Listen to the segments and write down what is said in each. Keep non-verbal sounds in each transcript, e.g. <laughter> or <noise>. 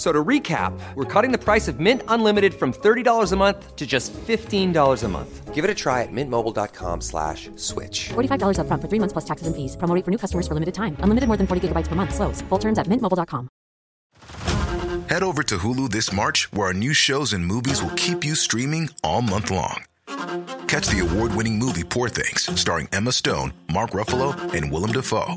So to recap, we're cutting the price of Mint Unlimited from $30 a month to just $15 a month. Give it a try at mintmobile.com slash switch. $45 up front for three months plus taxes and fees. Promo rate for new customers for limited time. Unlimited more than 40 gigabytes per month. Slows. Full terms at mintmobile.com. Head over to Hulu this March, where our new shows and movies will keep you streaming all month long. Catch the award winning movie Poor Things, starring Emma Stone, Mark Ruffalo, and Willem Dafoe.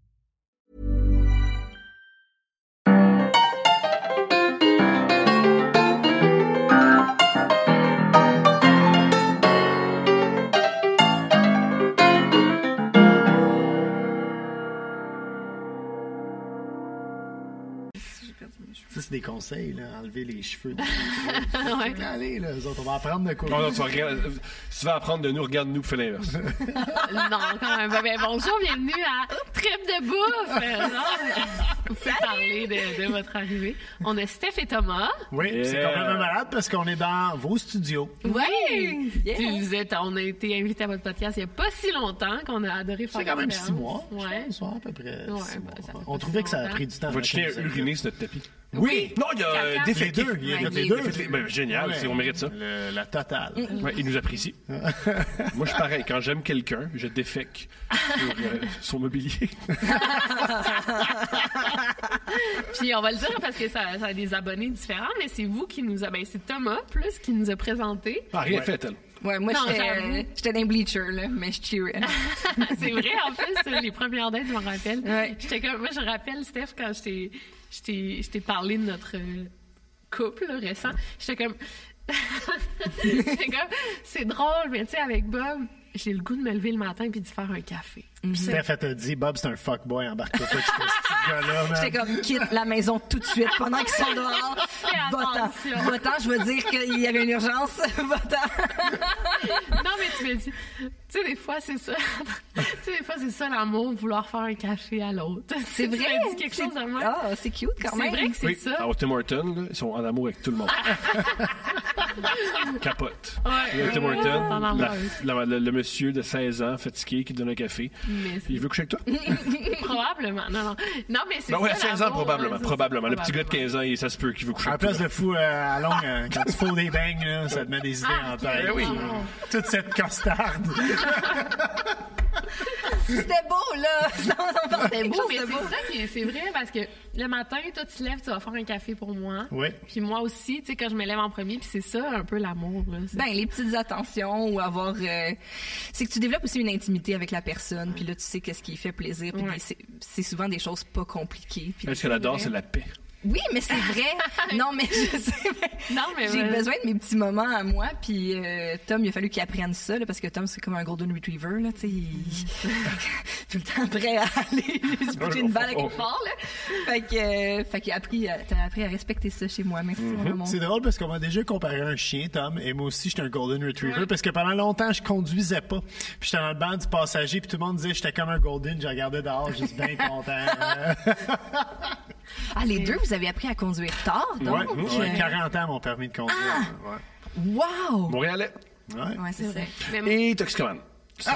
Ça, c'est des conseils, là. Enlever les <laughs> cheveux. Ouais. Allez, là, eux autres, on va apprendre de quoi. Non, non, tu, vas regarder- euh, si tu vas apprendre de nous, regarde-nous, fais <laughs> l'inverse. Non, quand même pas. Mais bonjour, bienvenue à Trip de bouffe. Euh, non, Vous pouvez parler de, de votre arrivée. On a Steph et Thomas. Oui, Yeah. c'est complètement malade parce qu'on est dans vos studios. Oui! Yeah. Tu vous êtes, on a été invité à votre podcast il n'y a pas si longtemps qu'on a adoré faire C'est quand même l'expérience. six mois. Ouais. je pense, à peu près. Ouais, six bah, mois. ça fait on pas trouvait si que ça a longtemps. pris du temps. Votre chien avant a que ça- uriné sur notre tapis. Oui, Non, il y a euh, Caca. des les fêtés. deux. Il a Ouais, fait les les deux. deux. Ben, génial, c'est- on mérite ça. Le- la totale. Mm, Ouais, il nous <laughs> apprécie. Moi, je suis pareil. Quand j'aime quelqu'un, je défèque sur euh, son mobilier. <laughs> Puis on va le dire parce que ça, ça a des abonnés différents, mais c'est vous qui nous a. Ben, c'est Thomas plus qui nous a présenté. Ah, rien fait, elle. Ouais, moi, Non, j'étais j'avoue. j'étais dans les bleachers, là, mais je cheerais. <laughs> c'est vrai, en plus, sur les premières dates, je m'en rappelle. Ouais. J'étais comme, moi, je rappelle, Steph, quand je t'ai- je t'ai je t'ai parlé de notre euh, couple là, récent, j'étais comme... <laughs> j'étais comme, c'est drôle, mais tu sais, avec Bob, j'ai le goût de me lever le matin puis de faire un café. Steph, elle t'a dit, Bob, c'est un fuckboy, embarque-toi pas avec ce petit <laughs> gars-là, man. J'étais comme, quitte la maison tout de suite pendant qu'ils sont dehors. Fais attention. Va-t'en. Va-t'en, je veux dire qu'il y avait une urgence. <laughs> Va-t'en. Non, mais tu me dis, tu sais, des fois, c'est ça. <laughs> tu sais, des fois, c'est ça l'amour, vouloir faire un café à l'autre. <laughs> C'est Tu vrai. m'as dit quelque c'est- chose à moi. Ah, c'est cute quand c'est même. vrai que c'est Oui, Ah ça. à Tim Horton, là, ils sont en amour avec tout le <laughs> monde. Capote. Ouais. Tim Ouais. Horton, En la- amour. la- le, le monsieur de 16 ans, fatigué, qui te donne un café. Mais Puis il veut coucher avec toi? Probablement. Non, non. Non, mais c'est Non, Ben ouais, à ça. 16 ans, l'amour, probablement. hein, c'est ça, Probablement. Le petit gars de probablement. 15 ans, il- ça se peut qu'il veut coucher En avec toi. place de fou euh, à longue, euh, quand tu fous des bangs, là, ça te met des idées Ah, en tête. Ben ok, Oh. oui. Toute cette costarde. <laughs> C'était beau, là. <laughs> Non, non, c'était beau, Non, mais c'était beau. c'est ça qui est, c'est vrai parce que le matin, toi, tu te lèves, tu vas faire un café pour moi. Oui. Puis moi aussi, tu sais, quand je me lève en premier, puis c'est ça un peu l'amour. là. C'est- Ben, les petites attentions ou avoir. euh, c'est que tu développes aussi une intimité avec la personne, puis là, tu sais qu'est-ce qui fait plaisir, puis Ouais. des- c'est- c'est souvent des choses pas compliquées. puis- Est-ce qu'elle adore, c'est la paix. Oui, mais c'est <laughs> vrai. non, mais je sais. Non, mais J'ai voilà. besoin de mes petits moments à moi, puis euh, Tom, il a fallu qu'il apprenne ça, là, parce que Tom, c'est comme un Golden Retriever, là, tu sais. il- <laughs> Tout le temps prêt à aller <laughs> se bouger une balle à Oh, quelque part, là. Fait que, euh, fait qu'il a appris, à- t'as appris à respecter ça chez moi. Merci, mon amour. Mhm. C'est drôle parce qu'on m'a déjà comparé un chien, Tom, et moi aussi, j'étais un Golden Retriever parce que pendant longtemps, je conduisais pas. Puis j'étais dans le banc du passager, puis tout le monde disait que j'étais comme un Golden, je regardais dehors, j'étais bien content. <laughs> Ah, les deux, vous avez appris à conduire tard, donc. ouais, ouais, euh, 40 ans, mon permis de conduire. Ah! Wow! Montréalais Ouais. Ouais, c'est ça. Ben, et toxicomane. <laughs> Ça-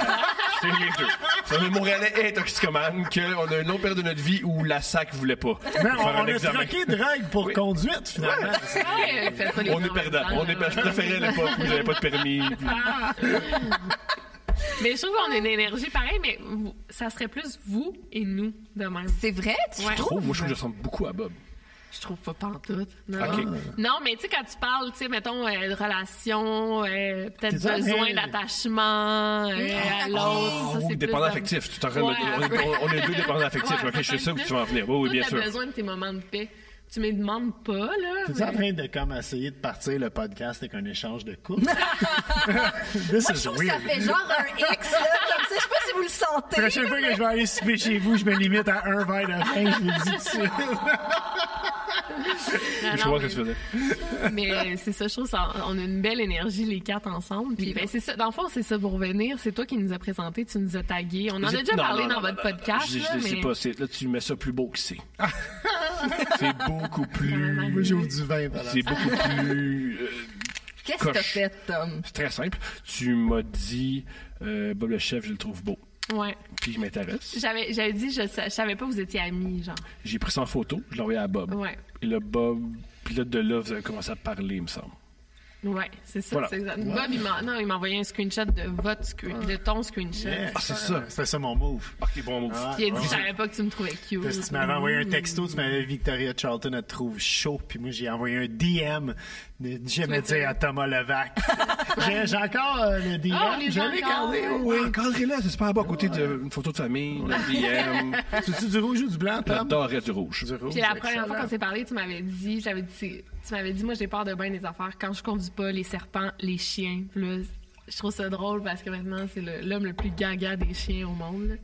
C'est les deux. Ça, le Montréalais et toxicomane, qu'on a une longue période de notre vie où la SAC voulait pas. Mais faire on, un on a examen. troqué drogue pour conduite, finalement. Ouais, faites pas les On gens est en perdant. même temps, On est là. perdant. Je préférais l'époque où j'avais pas de permis. <laughs> Mais je trouve qu'on a une énergie pareille, mais vous- ça serait plus vous et nous de même. C'est vrai, tu Ouais. trouves? Oh, moi, je trouve que je ressemble beaucoup à Bob. Je trouve pas pantoute. Non, Ok. non mais tu sais, quand tu parles, tu sais, mettons, euh, de relation, euh, peut-être T'es besoin allé- d'attachement euh, à l'autre. ça, Oh, c'est dépendant plus affectif. Tu t'en rends- Ouais. on, est- on est deux dépendants affectifs. Ouais, ok, je sais ça où peut-être tu vas en venir. Oui, oui, plus bien t'as sûr. besoin de tes moments de paix. Tu me demandes pas, là. T'es-tu en train de comme essayer de partir le <laughs> podcast avec un échange de couple? This Moi, je is trouve que ça weird. fait genre un X, là, comme ça, sais pas si vous le La sentez. prochaine fois que je vais aller souper chez vous, je me limite à un verre de vin, je vous le dis tout <laughs> de suite. Non, Je non, vois ce mais- que tu faisais. Mais c'est ça, je trouve ça, on a une belle énergie les quatre ensemble. Puis ben c'est ça, dans le fond c'est ça pour revenir. C'est toi qui nous as présenté, tu nous as tagué. On en a J'ai- déjà non, parlé non, dans non, votre non, non, non, podcast. Je, je- là, je sais mais- pas, c'est- là tu mets ça plus beau que c'est. <laughs> c'est <laughs> beaucoup plus. Moi, j'ouvre du vin. voilà. C'est beaucoup plus. euh, Qu'est-ce que t'as Coche. fait, Tom? c'est très simple. Tu m'as dit, euh, Bob le chef, je le trouve beau. Ouais. Puis je m'intéresse. J'avais j'avais dit je, sa- je savais pas que vous étiez amis genre. J'ai pris ça en photo, je l'ai envoyé à Bob. Ouais. Et le Bob, puis là, de là, vous avez commencé à parler, il me semble. Ouais, c'est ça, Voilà. c'est exact. Bob il m'a non, il m'a envoyé un screenshot de votre screen- de ton screenshot. Yeah, Ah, c'est ça. C'était ça mon move. Ok, bon mot. Ah, Puis il a dit ouais. je savais pas que tu me trouvais cute. Parce que tu m'avais envoyé un texto, tu m'avais dit Victoria Charlton elle te trouve chaud, puis moi j'ai envoyé un DM de jamais dire à Thomas <laughs> Levac. j'ai j'ai encore euh, le DM, Ah, on les je a l'ai encore. gardé. Oui, encadrez-la, c'est pas à bas, à côté d'une photo de famille, le DM. <laughs> C'est-tu du rouge ou du blanc, La Tom? dorée du rouge. Du rouge, Puis la première fois qu'on excellent. s'est parlé, tu m'avais dit, j'avais dit, c'est- tu m'avais dit, moi j'ai peur de bien des affaires. Quand je conduis pas, les serpents, les chiens. Puis là, je trouve ça drôle parce que maintenant c'est le- l'homme le, plus gaga des chiens au monde. là.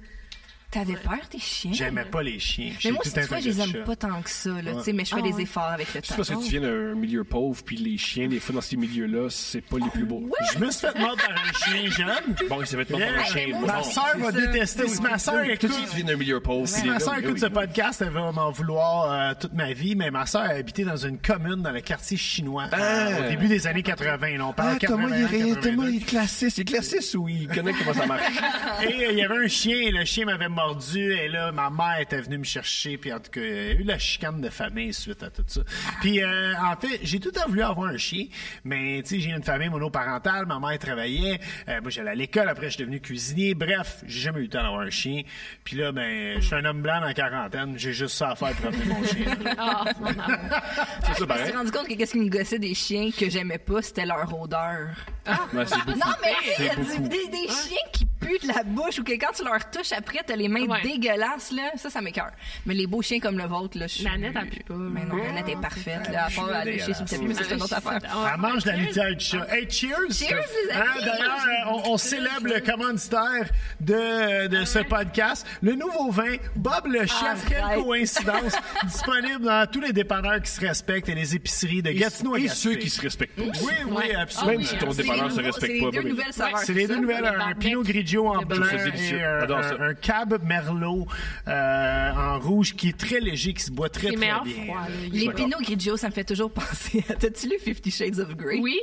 T'avais peur des chiens? J'aimais pas les chiens. Mais J'ai moi, tout si tu un vois, tas je les de aime chats. pas tant que ça, là, Ouais. tu sais, mais je fais Ah des ouais. efforts avec le C'est temps. parce que tu viens d'un milieu pauvre, puis les chiens, des fois, dans ces milieux-là, c'est pas les plus beaux. Je me suis fait mordre par un chien jeune. Bon, il s'est fait mordre Yeah. par un chien. moi, Ma bon. c'est soeur va ça. détester. Si ma soeur Tout de écoute, suite, tu viens d'un milieu pauvre. Si ma soeur écoute ce podcast, elle va m'en vouloir euh, toute ma vie, mais ma soeur a habité dans une commune dans le quartier chinois euh, au début des années 80. là, on Ah, parle 81, 82. classiste. Il est classiste ou il connaît comment ça marche? <laughs> Et euh, il y avait un chien, et le chien m'avait mordu, et là, ma mère était venue me chercher, puis en tout cas, il y a eu la chicane de famille suite à tout ça. Puis, euh, en fait, j'ai tout le temps voulu avoir un chien, mais, tu sais, j'ai une famille monoparentale, ma mère travaillait, euh, moi, j'allais à l'école, après, je suis devenu cuisinier, bref, j'ai jamais eu le temps d'avoir un chien. Puis là, ben, je suis un homme blanc dans la quarantaine, j'ai juste ça à faire pour amener mon chien. Ah, mon amour. C'est ça, Je me pareil. suis rendu compte que qu'est-ce qui me gossait des chiens que j'aimais pas, c'était leur odeur. Ah! Ouais, c'est beaucoup. Non, mais tu sais, il y a C'est du- beaucoup. des, des chiens qui puent de la bouche ou que quand tu leur touches après, t'as les mains Ouais. dégueulasses, là. Ça, ça m'écoeure. Mais les beaux chiens comme le vôtre, là, je suis. Nanette, elle pue pas. Mais non, Nanette est parfaite, là. À part aller lécher sur le tapis, mais ça, c'est une autre affaire. Ah, Elle mange la litière du chat. Hey, cheers! Cheers, les amis! D'ailleurs, euh, on, on célèbre le commanditaire de, de ce podcast, le nouveau vin, Bob le Chef. Quelle Arrête. coïncidence! disponible dans tous les dépanneurs qui se respectent et les épiceries de Gatineau à Et Gaspé. ceux qui se respectent pas. Oui, oui, Ouais. absolument. Même si Ah ton oui, C'est les dépanneur se nouveaux- respecte C'est pas. les deux pas, mais- nouvelles saveurs. C'est les ça, deux nouvelles, le un barbecue. Pinot Grigio en Le blanc barbecue. C'est délicieux. et un, J'adore ça. un- un Cab Merlot euh, en rouge qui est très léger, qui se boit très, C'est très meilleur bien. froid. là. Les Pinot Grigio, ça me fait toujours <laughs> penser à. T'as-tu lu Fifty Shades of Grey? Oui,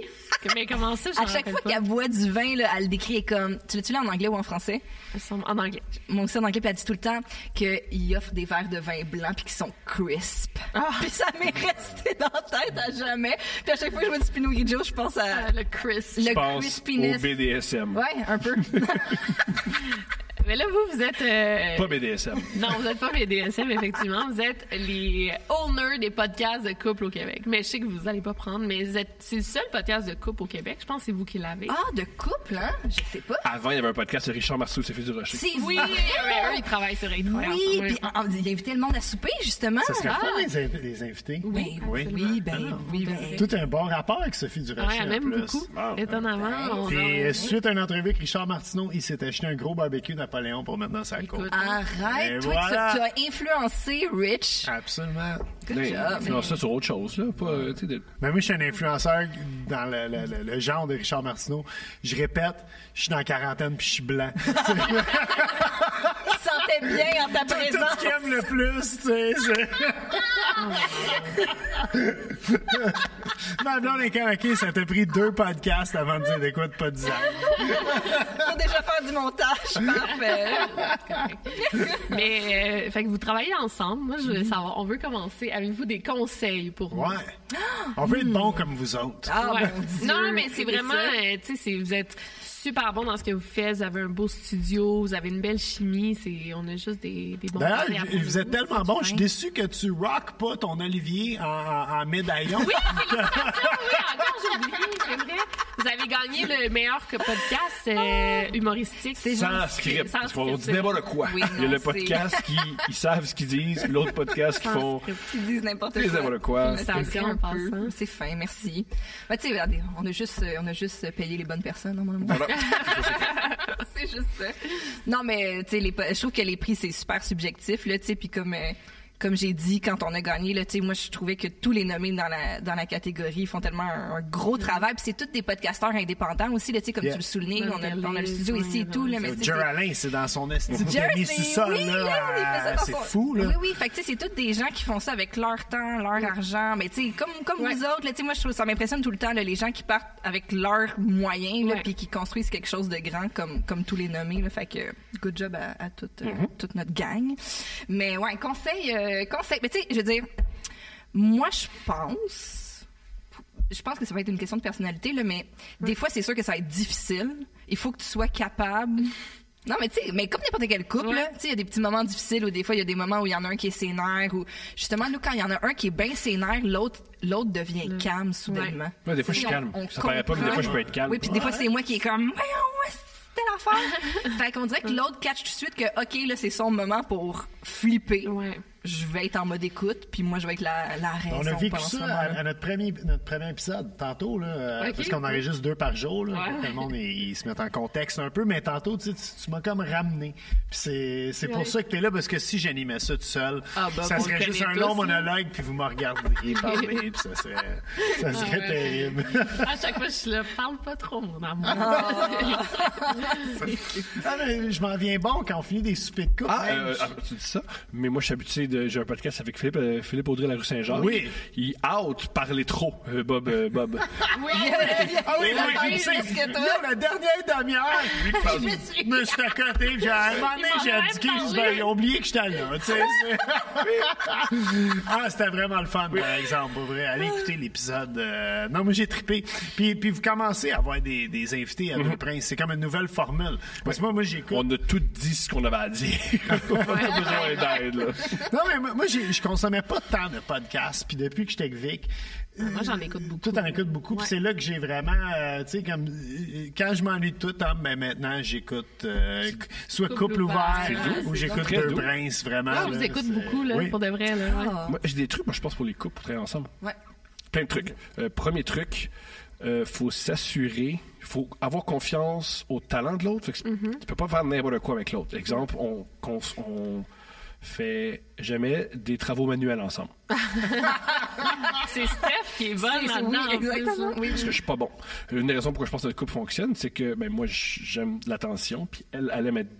mais comment ça, je À m'en chaque rappelle fois pas. qu'elle boit du vin, là, elle le décrit comme. Tu l'as-tu lu en anglais ou en français? Elles sont En anglais. Mon aussi en anglais, puis elle dit tout le temps qu'il offre des verres de vin blanc puis qui sont crisp. Ah. <laughs> Puis ça m'est resté dans la tête à jamais. Puis à chaque fois que je vois du Pinot Grigio, je pense à Euh, le Chris. le Pense au crispiness. BDSM. Ouais, <laughs> un peu. Mais là, vous, vous êtes... euh, Pas BDSM. Non, vous n'êtes pas BDSM, effectivement. Vous êtes les owners des podcasts de couple au Québec. Mais je sais que vous n'allez pas prendre, mais vous êtes, c'est le seul podcast de couple au Québec. Je pense que c'est vous qui l'avez. ah, de couple, hein? Je sais pas. Ah. Avant, il y avait un podcast de Richard Marceau et Sophie Durocher. C'est oui, vrai. eux, ils travaillent sur Étoile Oui, ensemble. puis on- on- il invitait le monde à souper, justement. Ça serait Ah. fun, les, inv- les invités. Oui, Oui. ah oui, oui, ben, oui, ben. Tout un bon rapport avec Sophie Ouais, Durocher. elle en aime plus. beaucoup. Ah, Étonnamment, on Puis, a- euh, suite à une entrevue avec Richard Martineau, il s'est acheté un gros barbecue Napoléon pour maintenant sa Écoute. côte. Arrête, Et toi, tu- voilà. tu, as influencé Rich. Absolument. Good job. Non, ça, c'est autre chose, là. Pas, euh, tu sais, de- Mais moi, je suis un influenceur dans le, le- le- le genre de Richard Martineau. Je répète, je suis dans la quarantaine puis je suis <laughs> blanc. C'est Tu te sentais bien en Ah. ta tout ce présence. qu'il aime le plus, tu sais. c'est- <laughs> Ma blonde est comme, OK, ça t'a pris deux podcasts avant de dire de quoi de pas dire. Faut déjà faire du montage. Parfait. <laughs> Mais, euh, fait que vous travaillez ensemble. Moi, je Mhm. voulais savoir, on veut commencer. Avez-vous des conseils pour moi? Ouais. On veut être bon comme vous autres. Ah, Ouais. mon Dieu. hein. Non, non, mais c'est Écoutez vraiment, ça. euh, tu sais, c'est- vous êtes super bon dans ce que vous faites. Vous avez un beau studio, vous avez une belle chimie. C'est, on a juste des, des bons. D'ailleurs, conseils à prendre. vous êtes tellement bon, je suis déçu que tu rock pas ton Olivier en, en- en médaillon. Oui, félicitations, Ah oui, encore j'ai oublié, c'est vrai. Vous avez gagné le meilleur que podcast euh, Ah. humoristique. C'est Sans Ah, script. Sans on script, dit c'est n'importe quoi. Oui, il y a non, le podcast qui ils savent ce qu'ils disent, puis l'autre podcast qui Sans font. script. Ils disent n'importe quoi. Ils disent n'importe quoi. Ça Félicitations me fait un en peu. passant. C'est fin, merci. Ben, tu sais, regardez, on a juste, euh, on a juste payé les bonnes personnes, hein, mon amour. On a, <laughs> c'est juste ça. Non, mais tu sais, les pa- je trouve que les prix, c'est super subjectif, là, tu sais, puis comme... euh, comme j'ai dit, quand on a gagné, là, tu sais, moi, je trouvais que tous les nommés dans la, dans la catégorie font tellement un, un gros travail. Puis c'est tous des podcasteurs indépendants aussi, là, tu sais, comme Yeah. tu le soulignes, Ouais, on a, les- on a le studio ouais, ici et ouais, tout, là, mais tu sais, Jer c'est- Alain, c'est dans son estime Jersey, de sous-sol, oui, là. Ah, là, il fait ça dans C'est son- fou, là. Oui, oui. Fait que, tu sais, c'est tous des gens qui font ça avec leur temps, leur argent. Mais, tu sais, comme, comme Ouais. vous autres, là, tu sais, moi, je trouve ça m'impressionne tout le temps, là, les gens qui partent avec leurs moyens, là, Ouais. puis qui construisent quelque chose de grand, comme, comme tous les nommés, là. Fait que, good job à, à toute, euh, Mm-hmm. toute notre gang. Mais, ouais, conseil, euh, conseil. Mais, tu sais, je veux dire, moi, je pense je pense que ça va être une question de personnalité, là, mais des fois, c'est sûr que ça va être difficile. Il faut que tu sois capable. Non, mais tu sais, mais comme n'importe quel couple, Ouais. là, tu sais, il y a des petits moments difficiles où des fois, il y a des moments où il y en a un qui est sénère ou justement, nous, quand il y en a un qui est bien sénère, l'autre, l'autre devient calme soudainement. Ouais, des fois, je Tu sais, suis on- calme. on Ça paraît pas, mais des fois, je peux être calme. Oui, puis des fois, c'est moi qui est comme, voyons, ouais, c'était <laughs> l'affaire. fait qu'on dirait que l'autre catch tout de suite que, OK, là, c'est son moment pour flipper. Ouais. Je vais être en mode écoute, puis moi, je vais être la, la raison. On a vécu pendant ce ça à, moment-là. à notre, premier, notre premier épisode, tantôt, là, euh, Ok. parce qu'on enregistre deux par jour, là, Ouais. pour que le monde il, il se mette en contexte un peu, mais tantôt, tu, sais, tu- tu m'as comme ramené. Puis c'est c'est pour Ouais. ça que t'es là, parce que si j'animais ça tout seul, Ah, bah, ça on serait le juste connaît un long tous, là. monologue, puis vous me <laughs> regarderiez parler, puis ça serait, ça serait Ah, ouais. terrible. <laughs> À chaque fois, je le parle pas trop, mon amour. Ah, mais je m'en viens bon quand on finit des soupers de coupe. Ah, euh, ah, tu dis ça, mais moi, je suis habitué de. J'ai un podcast avec Philippe, euh, Philippe Audrey, la rue Saint-Jean. Oui. Il out parler trop, euh, Bob. euh, Bob. <laughs> Oui, Ah oui, Il a oui, parlé je sais. plus que toi. Là, la dernière demi-heure, je me suis à côté, puis j'ai à un moment donné, Il m'a j'ai même abdiqué, j'ai dit, parlé. ben, ils ont oublié que j'étais là, tu sais. c'est- ah, c'était vraiment le fun, par exemple, pour vrai. Allez écouter l'épisode. euh, Non, mais j'ai trippé. Puis, puis vous commencez à avoir des, des invités à deux princes. C'est comme une nouvelle formule. Parce que moi, moi, j'écoute. On a tout dit ce qu'on avait à dire. On a besoin d'aide, là. Non, mais moi, moi, j'ai- je consommais pas tant de podcasts. Puis depuis que j'étais euh, avec Vic, Moi, j'en écoute beaucoup. Tout en écoute beaucoup, puis c'est là que j'ai vraiment, euh, tu sais, comme euh, quand je m'ennuie de tout, hein, ben maintenant j'écoute euh, qu- soit couple, Couple ouvert, ouvert, hein, c'est ou doux. j'écoute Très deux doux. princes vraiment. Moi, je Ah, vous là, écoute c'est- beaucoup, là, oui. pour de vrai, là. ouais. Moi, j'ai des trucs, moi, je pense, pour les couples, pour travailler ensemble. Ouais. Plein de trucs. Euh, premier truc, euh, faut s'assurer, faut avoir confiance au talent de l'autre. Fait que Tu peux pas faire n'importe quoi avec l'autre. Exemple, on, qu'on s- on fait jamais des travaux manuels ensemble. C'est Steph qui est bonne Ah. C'est- là-dedans. oui, en plus, exactement. hein. Oui, parce que je suis pas bon. Une des raisons pourquoi je pense que notre couple fonctionne, c'est que ben, moi, j- j'aime l'attention, puis elle, elle aime être...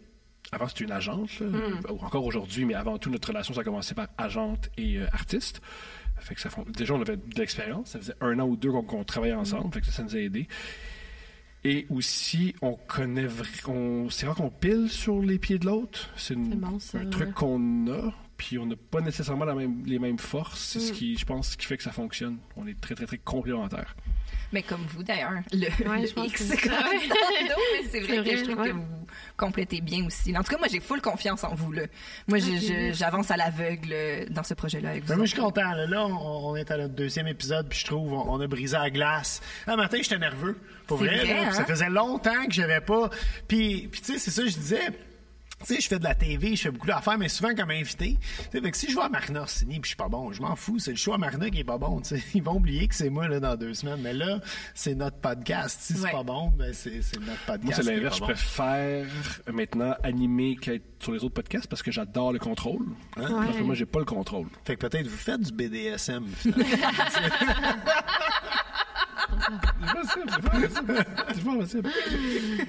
Avant, c'était une agente, là, Hmm. ou encore aujourd'hui, mais avant tout, notre relation, ça a commencé par agente et euh, artiste. Fait que ça fon- Déjà, on avait de l'expérience. Ça faisait un an ou deux qu'on qu'on travaillait Hmm. ensemble, fait que ça, ça nous a aidés. Et aussi, on connaît... vra- on- C'est rare qu'on pile sur les pieds de l'autre. C'est une- C'est bon, ça, un truc ouais. qu'on a, puis on n'a pas nécessairement la même- les mêmes forces. C'est Hmm. ce qui, je pense, qui fait que ça fonctionne. On est très, très, très complémentaires. Mais comme vous d'ailleurs, le, Ouais, le je pense que X, c'est c'est comme ça. ça. Non, mais c'est vrai, C'est que vrai, je trouve ouais. que vous complétez bien aussi. En tout cas, moi, j'ai full confiance en vous. Là. Moi, je- je- j'avance à l'aveugle euh, dans ce projet-là avec vous. Ben, moi, autres. je suis content. Là, Là, on, on est à notre deuxième épisode, puis je trouve on, on a brisé la glace. Un matin, j'étais nerveux, pour C'est vrai. vrai, là, puis Ça hein? faisait longtemps que j'avais pas. Puis, puis tu sais, c'est ça que je disais. Tu sais, je fais de la TV, je fais beaucoup d'affaires, mais souvent comme invité. Tu sais, fait que si je vois à Marina Orsini puis je suis pas bon, je m'en fous. C'est le choix à Marina qui est pas bon. tu sais. <laughs> Ils vont oublier que c'est moi là, dans deux semaines. Mais là, c'est notre podcast. Si c'est Ouais. pas bon, ben c'est c'est notre podcast. Moi, c'est qui est l'inverse. pas Je bon. préfère euh, maintenant animer qu'être sur les autres podcasts parce que j'adore le contrôle. hein. Parce que moi, j'ai pas le contrôle. Fait que peut-être vous faites du BDSM. finalement. C'est pas possible, c'est pas possible. C'est pas possible.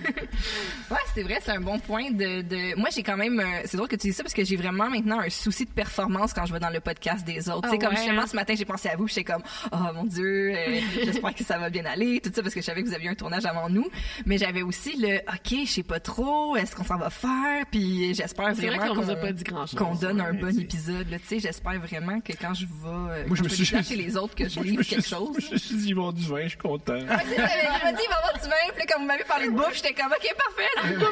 Ouais, c'est vrai, c'est un bon point. De, de- Moi, j'ai quand même. euh, C'est drôle que tu dis ça parce que j'ai vraiment maintenant un souci de performance quand je vais dans le podcast des Ah autres. tu sais, comme ouais, justement hein? ce matin, j'ai pensé à vous, puis j'étais comme, oh mon Dieu, <laughs> euh, j'espère que ça va bien aller, tout ça, parce que je savais que vous aviez un tournage avant nous. Mais j'avais aussi le, OK, je sais pas trop, est-ce qu'on s'en va faire, puis j'espère C'est vrai vraiment qu'on vous a pas dit grand-chose, qu'on donne un ouais, bon tu sais. épisode. là. Tu sais, j'espère vraiment que quand je vais. Moi, euh, quand je me vais suis chercher juste- les autres, que je Moi, je livre me quelque suis- <laughs> chose. Ah, Je me suis dit, ils vont du vin, je suis content. Tu sais, Il m'a dit, il va y avoir du vin, puis là, quand vous m'avez parlé de bouffe, j'étais comme, OK, parfait. là.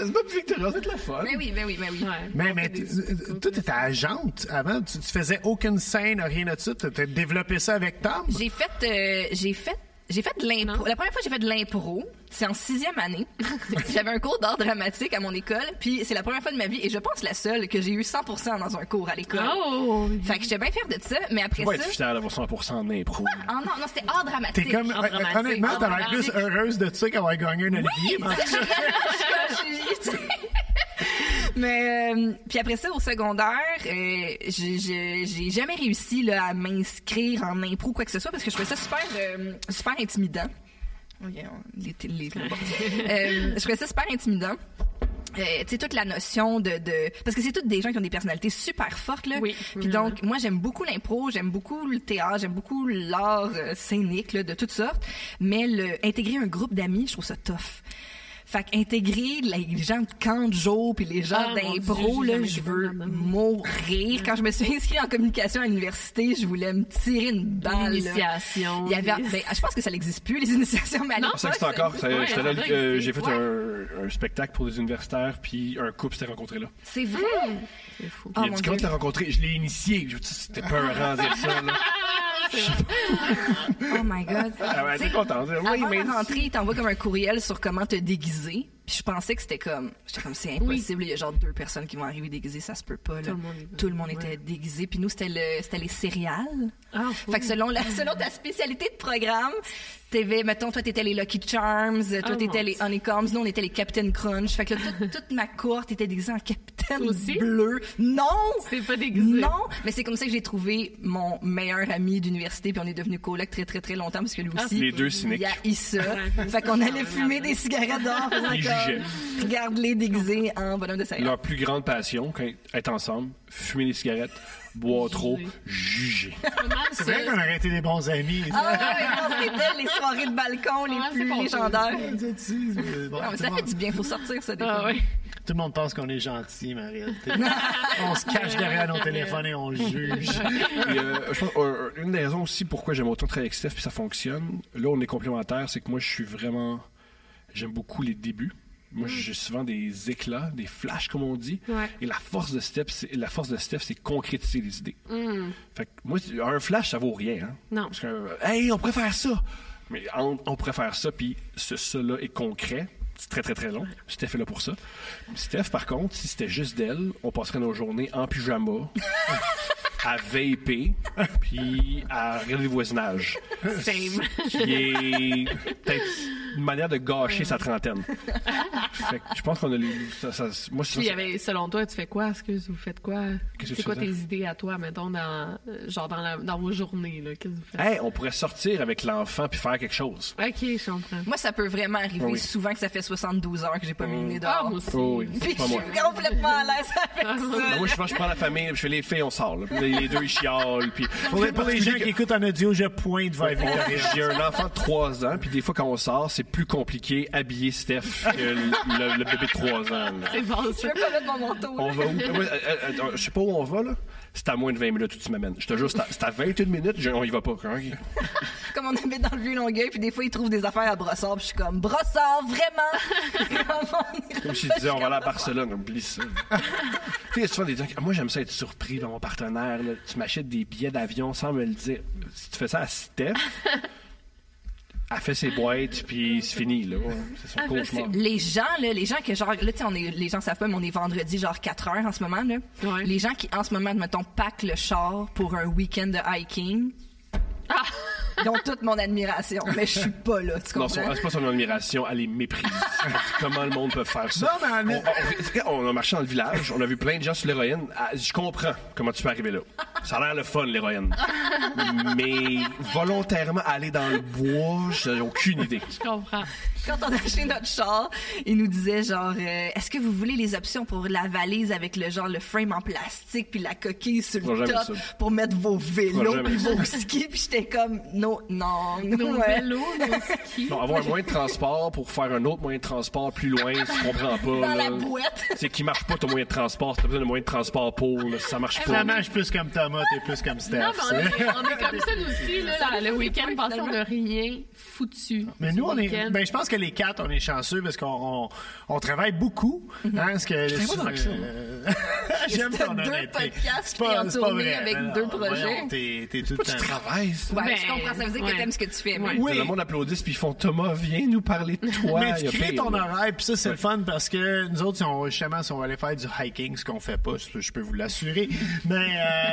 c'est pas Victoria, c'est de la fun. Mais Ben oui, mais oui, mais oui. Ouais. Mais, mais t- t- toi, t'étais agente avant. Tu, tu faisais aucune scène, rien de ça. T'as t'as développé ça avec Tom. J'ai fait, euh, j'ai fait, j'ai fait de l'impro. Non. La première fois, j'ai fait de l'impro. C'est en <laughs> sixième année. J'avais un cours d'art dramatique à mon école, puis c'est la première fois de ma vie, et je pense la seule, que j'ai eu 100% dans un cours à l'école. Oh! Fait que j'étais bien fière de ça, mais après Tu vas ça... être fier d'avoir 100% d'impro. Ah non, non, c'était art dramatique. T'es comme, euh, Art dramatique, honnêtement, art t'as l'air plus dramatique. heureuse de ça qu'avoir gagné un Olivier. mais- <laughs> Je suis comme, je suis- <laughs> Mais euh, puis après ça au secondaire, euh, j'ai- j'ai j'ai jamais réussi là, à m'inscrire en impro ou quoi que ce soit parce que je trouvais ça super euh, super intimidant. Ok, on- les- les- bon. Euh, je trouvais ça super intimidant. Euh, tu sais, toute la notion de, de- Parce que c'est toutes des gens qui ont des personnalités super fortes, là. Oui, Puis vraiment. donc, moi, j'aime beaucoup l'impro, j'aime beaucoup le théâtre, j'aime beaucoup l'art euh, scénique, là, de toutes sortes. Mais le, intégrer un groupe d'amis, je trouve ça tough. Fait intégrer les gens de camp de jour puis les gens Ah, mon d'impro, Dieu, j'ai là, jamais je été veux bonne là-dedans. mourir. Quand je me suis inscrite en communication à l'université, je voulais me tirer une balle. là. L'initiation, Il y avait, les- ben, je pense que ça n'existe plus, les initiations, mais à Non, l'époque, Ça existe ça encore. ça- Ouais, j'étais ça là, doit euh, exister. J'ai fait un, un spectacle pour des universitaires, puis un couple s'était rencontré là. C'est vrai. C'est fou. Oh, il a Ah, mon dit comment Dieu. t'as rencontré Je l'ai initié. Je- C'était peurant de dire ça. <laughs> Là. Ah, Oh <laughs> my God. Ah ouais, Tu sais, t'es contente. hein? Oui, avant mais la rentrée, il t'envoie comme un courriel sur comment te déguiser. Puis je pensais que c'était comme, j'étais comme c'est impossible. Il y a genre deux personnes qui vont arriver déguisées, ça se peut pas. Là. le monde est- Tout le monde était déguisé. Puis nous, c'était le, c'était les céréales. Ah, Fait que oui. selon, la, selon ta spécialité de programme, t'avais, mettons, toi, t'étais les Lucky Charms, toi, Ah, t'étais mon les Dieu. Honeycombs, nous, on était les Captain Crunch. Fait que là, toute, toute ma cohorte était déguisée en Capitaine Toi aussi? Bleu. Non! T'es pas déguisée. Non! Mais c'est comme ça que j'ai trouvé mon meilleur ami d'université, puis on est devenu coloc très, très, très longtemps, parce que lui aussi. Ah, les deux cyniques. Il haït ça. Ouais. fait qu'on allait fumer des cigarettes dehors. faisant Ils comme, jugeaient. Regarde-les déguisés en bonhomme de céréales. Leur plus grande passion, quand être ensemble, fumer des cigarettes, boire trop, juger. Pas mal, C'est vrai ça. qu'on aurait été des bons amis. Ah ouais, non, c'était les soirées de balcon les Ah, Ouais, c'est plus bon. légendaires. Tu sais, mais bon, tout Non, mais ça le fait monde- du bien, faut sortir ça des Ah fois. oui. Tout le monde pense qu'on est gentil, mais en réalité, on se cache derrière nos téléphones et on juge. Et, euh, je pense, euh, une des raisons aussi pourquoi j'aime autant travailler avec Steph puis ça fonctionne, là on est complémentaires, c'est que moi je suis vraiment. J'aime beaucoup les débuts. Moi j'ai souvent des éclats, des flashs comme on dit. Mm. Ouais. Et la force de Steph, c'est, la force de Steph, c'est concrétiser les idées. Fait que moi, c'est- un flash, ça vaut rien. hein. Mm. Non. Parce que, euh, hey, on préfère ça. Mais on, on préfère ça, puis ce, cela est concret. C'est très, très, très long. Steph est là pour ça. Steph, par contre, si c'était juste d'elle, on passerait nos journées en pyjama, à vaper, <laughs> puis à regarder le voisinage. Same. Qui est peut-être une manière de gâcher sa trentaine. Fait que je pense qu'on a les. ça- ça- moi, Puis, il y c'est avait, selon toi, tu fais quoi? Excuse, vous faites quoi? Qu'est-ce que C'est je quoi faisais? tes idées à toi, mettons, dans, euh, genre dans, la, dans vos journées? là? Qu'est-ce que vous faites? Hey, on pourrait sortir avec l'enfant puis faire quelque chose. Ok, je comprends. Moi, ça peut vraiment arriver Oui. souvent que ça fait 72 heures que j'ai pas mis le nez Ah, dehors. moi aussi. Oh oui, Puis c'est je pas moi. suis complètement à l'aise avec Ben, ça. moi, je, pense que je prends la famille, je fais les filles, on sort. là. Puis Les deux, ils chiolent. Puis... Pour les, pour les gens qui écoutent en audio, je pointe vers vous. <laughs> J'ai un enfant de 3 ans, puis des fois, quand on sort, c'est plus compliqué habiller Steph que le, le- le bébé de 3 ans. là. C'est bon, Je ça. veux pas mettre mon manteau. On va où? Euh, <laughs> ouais, euh, euh, je sais pas où on va, là. C'est à moins de 20 minutes où tu m'amènes. Je te jure, c'est à, c'est à 21 minutes, je- on y va pas. hein. Comme on habite dans le vieux Longueuil, puis des fois, ils trouvent des affaires à Brossard, puis je suis comme, Brossard, vraiment? Comment on est- Comme si tu disais, on va aller à Barcelone, oublie <laughs> ça. tu sais, souvent des gens qui- ah, moi j'aime ça être surpris par mon partenaire. là. Tu m'achètes des billets d'avion sans me le dire. Si tu fais ça à Steph, <laughs> elle fait ses boîtes, puis c'est fini, là. Ouais, C'est son cauchemar. Les gens, là, les gens que genre, là, tu sais, on est, les gens savent pas, mais on est vendredi, genre 4 heures en ce moment, là. Ouais. Les gens qui, en ce moment, mettons, packent le char pour un week-end de hiking. Ils ont toute mon admiration, mais je suis pas là, tu Non, son- comprends? c'est pas son admiration, elle <laughs> est méprise. Comment le monde peut faire ça? Non, mais elle- on, on- on a marché dans le village, on a vu plein de gens sur l'héroïne. Ah, Je comprends comment tu peux arriver là. Ça a l'air le fun, l'héroïne. Mais volontairement aller dans le bois, j'ai aucune idée. Je comprends. Quand on a acheté notre char, ils nous disaient genre, euh, est-ce que vous voulez les options pour la valise avec le genre le frame en plastique puis la coquille sur Moi, le j'aime top ça. pour mettre vos Moi, vélos j'aime puis ça. vos skis puis j'étais comme, non, non, non. Nos ouais. vélos, nos skis. Non, avoir un moyen de transport pour faire un autre moyen de transport plus loin, je comprends pas. Dans là. la boîte. C'est qui marche pas ton moyen de transport, si t'as besoin d'un moyen de transport pour, là, ça marche Ça pas. marche plus comme Thomas. Thomas, t'es plus comme Steph. Non, mais on ça. est, on est comme ça nous aussi. Là, Ça, le le week-end week-end, passé, on finalement. n'a rien foutu. Mais du nous, on est. week-end. Ben, je pense que les quatre, on est chanceux parce qu'on on, on travaille beaucoup. Mm-hmm. hein, parce que travaille pas sur- tant que ça, euh, <laughs> J'aime C'était ton deux honnêteté. podcasts C'est puis pas- en c'est pas tournée vrai, avec non, deux non, projets. voyons, T'es t'es tout le Tu temps. travailles, ça. Ouais, Ben, je comprends. Ça veut dire ouais. que t'aimes ce que tu fais. mais- Ouais. Oui. Le monde applaudisse, puis ils font Thomas, viens nous parler de toi. Mais tu il y a crées pire, ton là. horaire, puis ça, c'est le fun parce que nous autres, si on, justement, si on va aller faire du hiking, ce qu'on fait pas, je, je peux vous <laughs> l'assurer. Mais,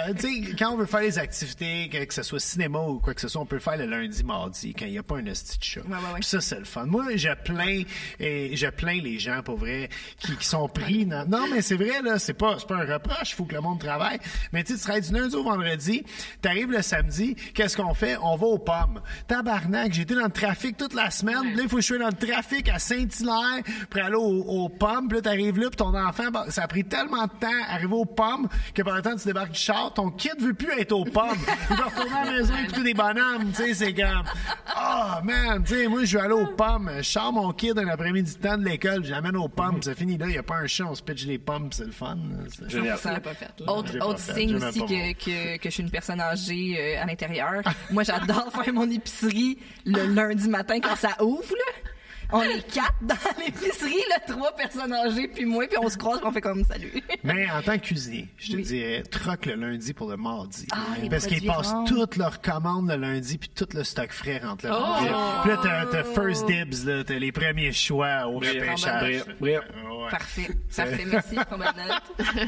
euh, tu sais, quand on veut faire des activités, que, que ce soit cinéma ou quoi que ce soit, on peut le faire le lundi, mardi, quand il n'y a pas un hostie de chat. ouais, ouais. Puis ça, c'est le fun. Moi, je plains, et je plains les gens, pour vrai, qui, qui sont pris. dans- Non, mais c'est vrai, là, c'est pas, c'est pas un reproche, il faut que le monde travaille. Mais, tu sais, tu travailles du lundi au vendredi, t'arrives le samedi, qu'est-ce qu'on fait? On va aux pommes. Tabarnak, j'ai été dans le trafic toute la semaine, puis là, il faut que je sois dans le trafic à Saint-Hilaire pour aller aux, aux pommes. Puis là, t'arrives là, puis ton enfant, bah, ça a pris tellement de temps à arriver aux pommes que par le temps que tu débarques du char, ton kid veut plus être aux pommes. Il va retourner à la maison écouter des bonhommes. Tu sais, c'est comme, oh man, tu sais, moi, je vais aller aux pommes. Je sors mon kid un après-midi de temps de l'école, je l'amène aux pommes, puis ça finit là, il n'y a pas un chat, on se pitch des pommes, puis c'est le fun. C'est- Génial. Ça. pas fait, là. Je l'ai Autre, pas autre fait, signe j'ai même aussi pas que, mon- que, que je suis une personne âgée euh, à <laughs> l'intérieur. Moi, j'adore faire mon épicerie le lundi matin quand ça ouvre. là. On est quatre dans l'épicerie, là, trois personnes âgées, puis moi, puis on se croise, puis on fait comme salut. Mais en tant que cuisinier, je te dirais, troque le lundi pour le mardi. Ah, les parce qu'ils produits passent ronds. toutes leurs commandes le lundi, puis tout le stock frais rentre le mardi. Oh! Puis là, t'as, t'as first dibs, là, t'as les premiers choix au repêchage. Brillant, brillant. Ouais. Parfait, parfait, merci pour ma note.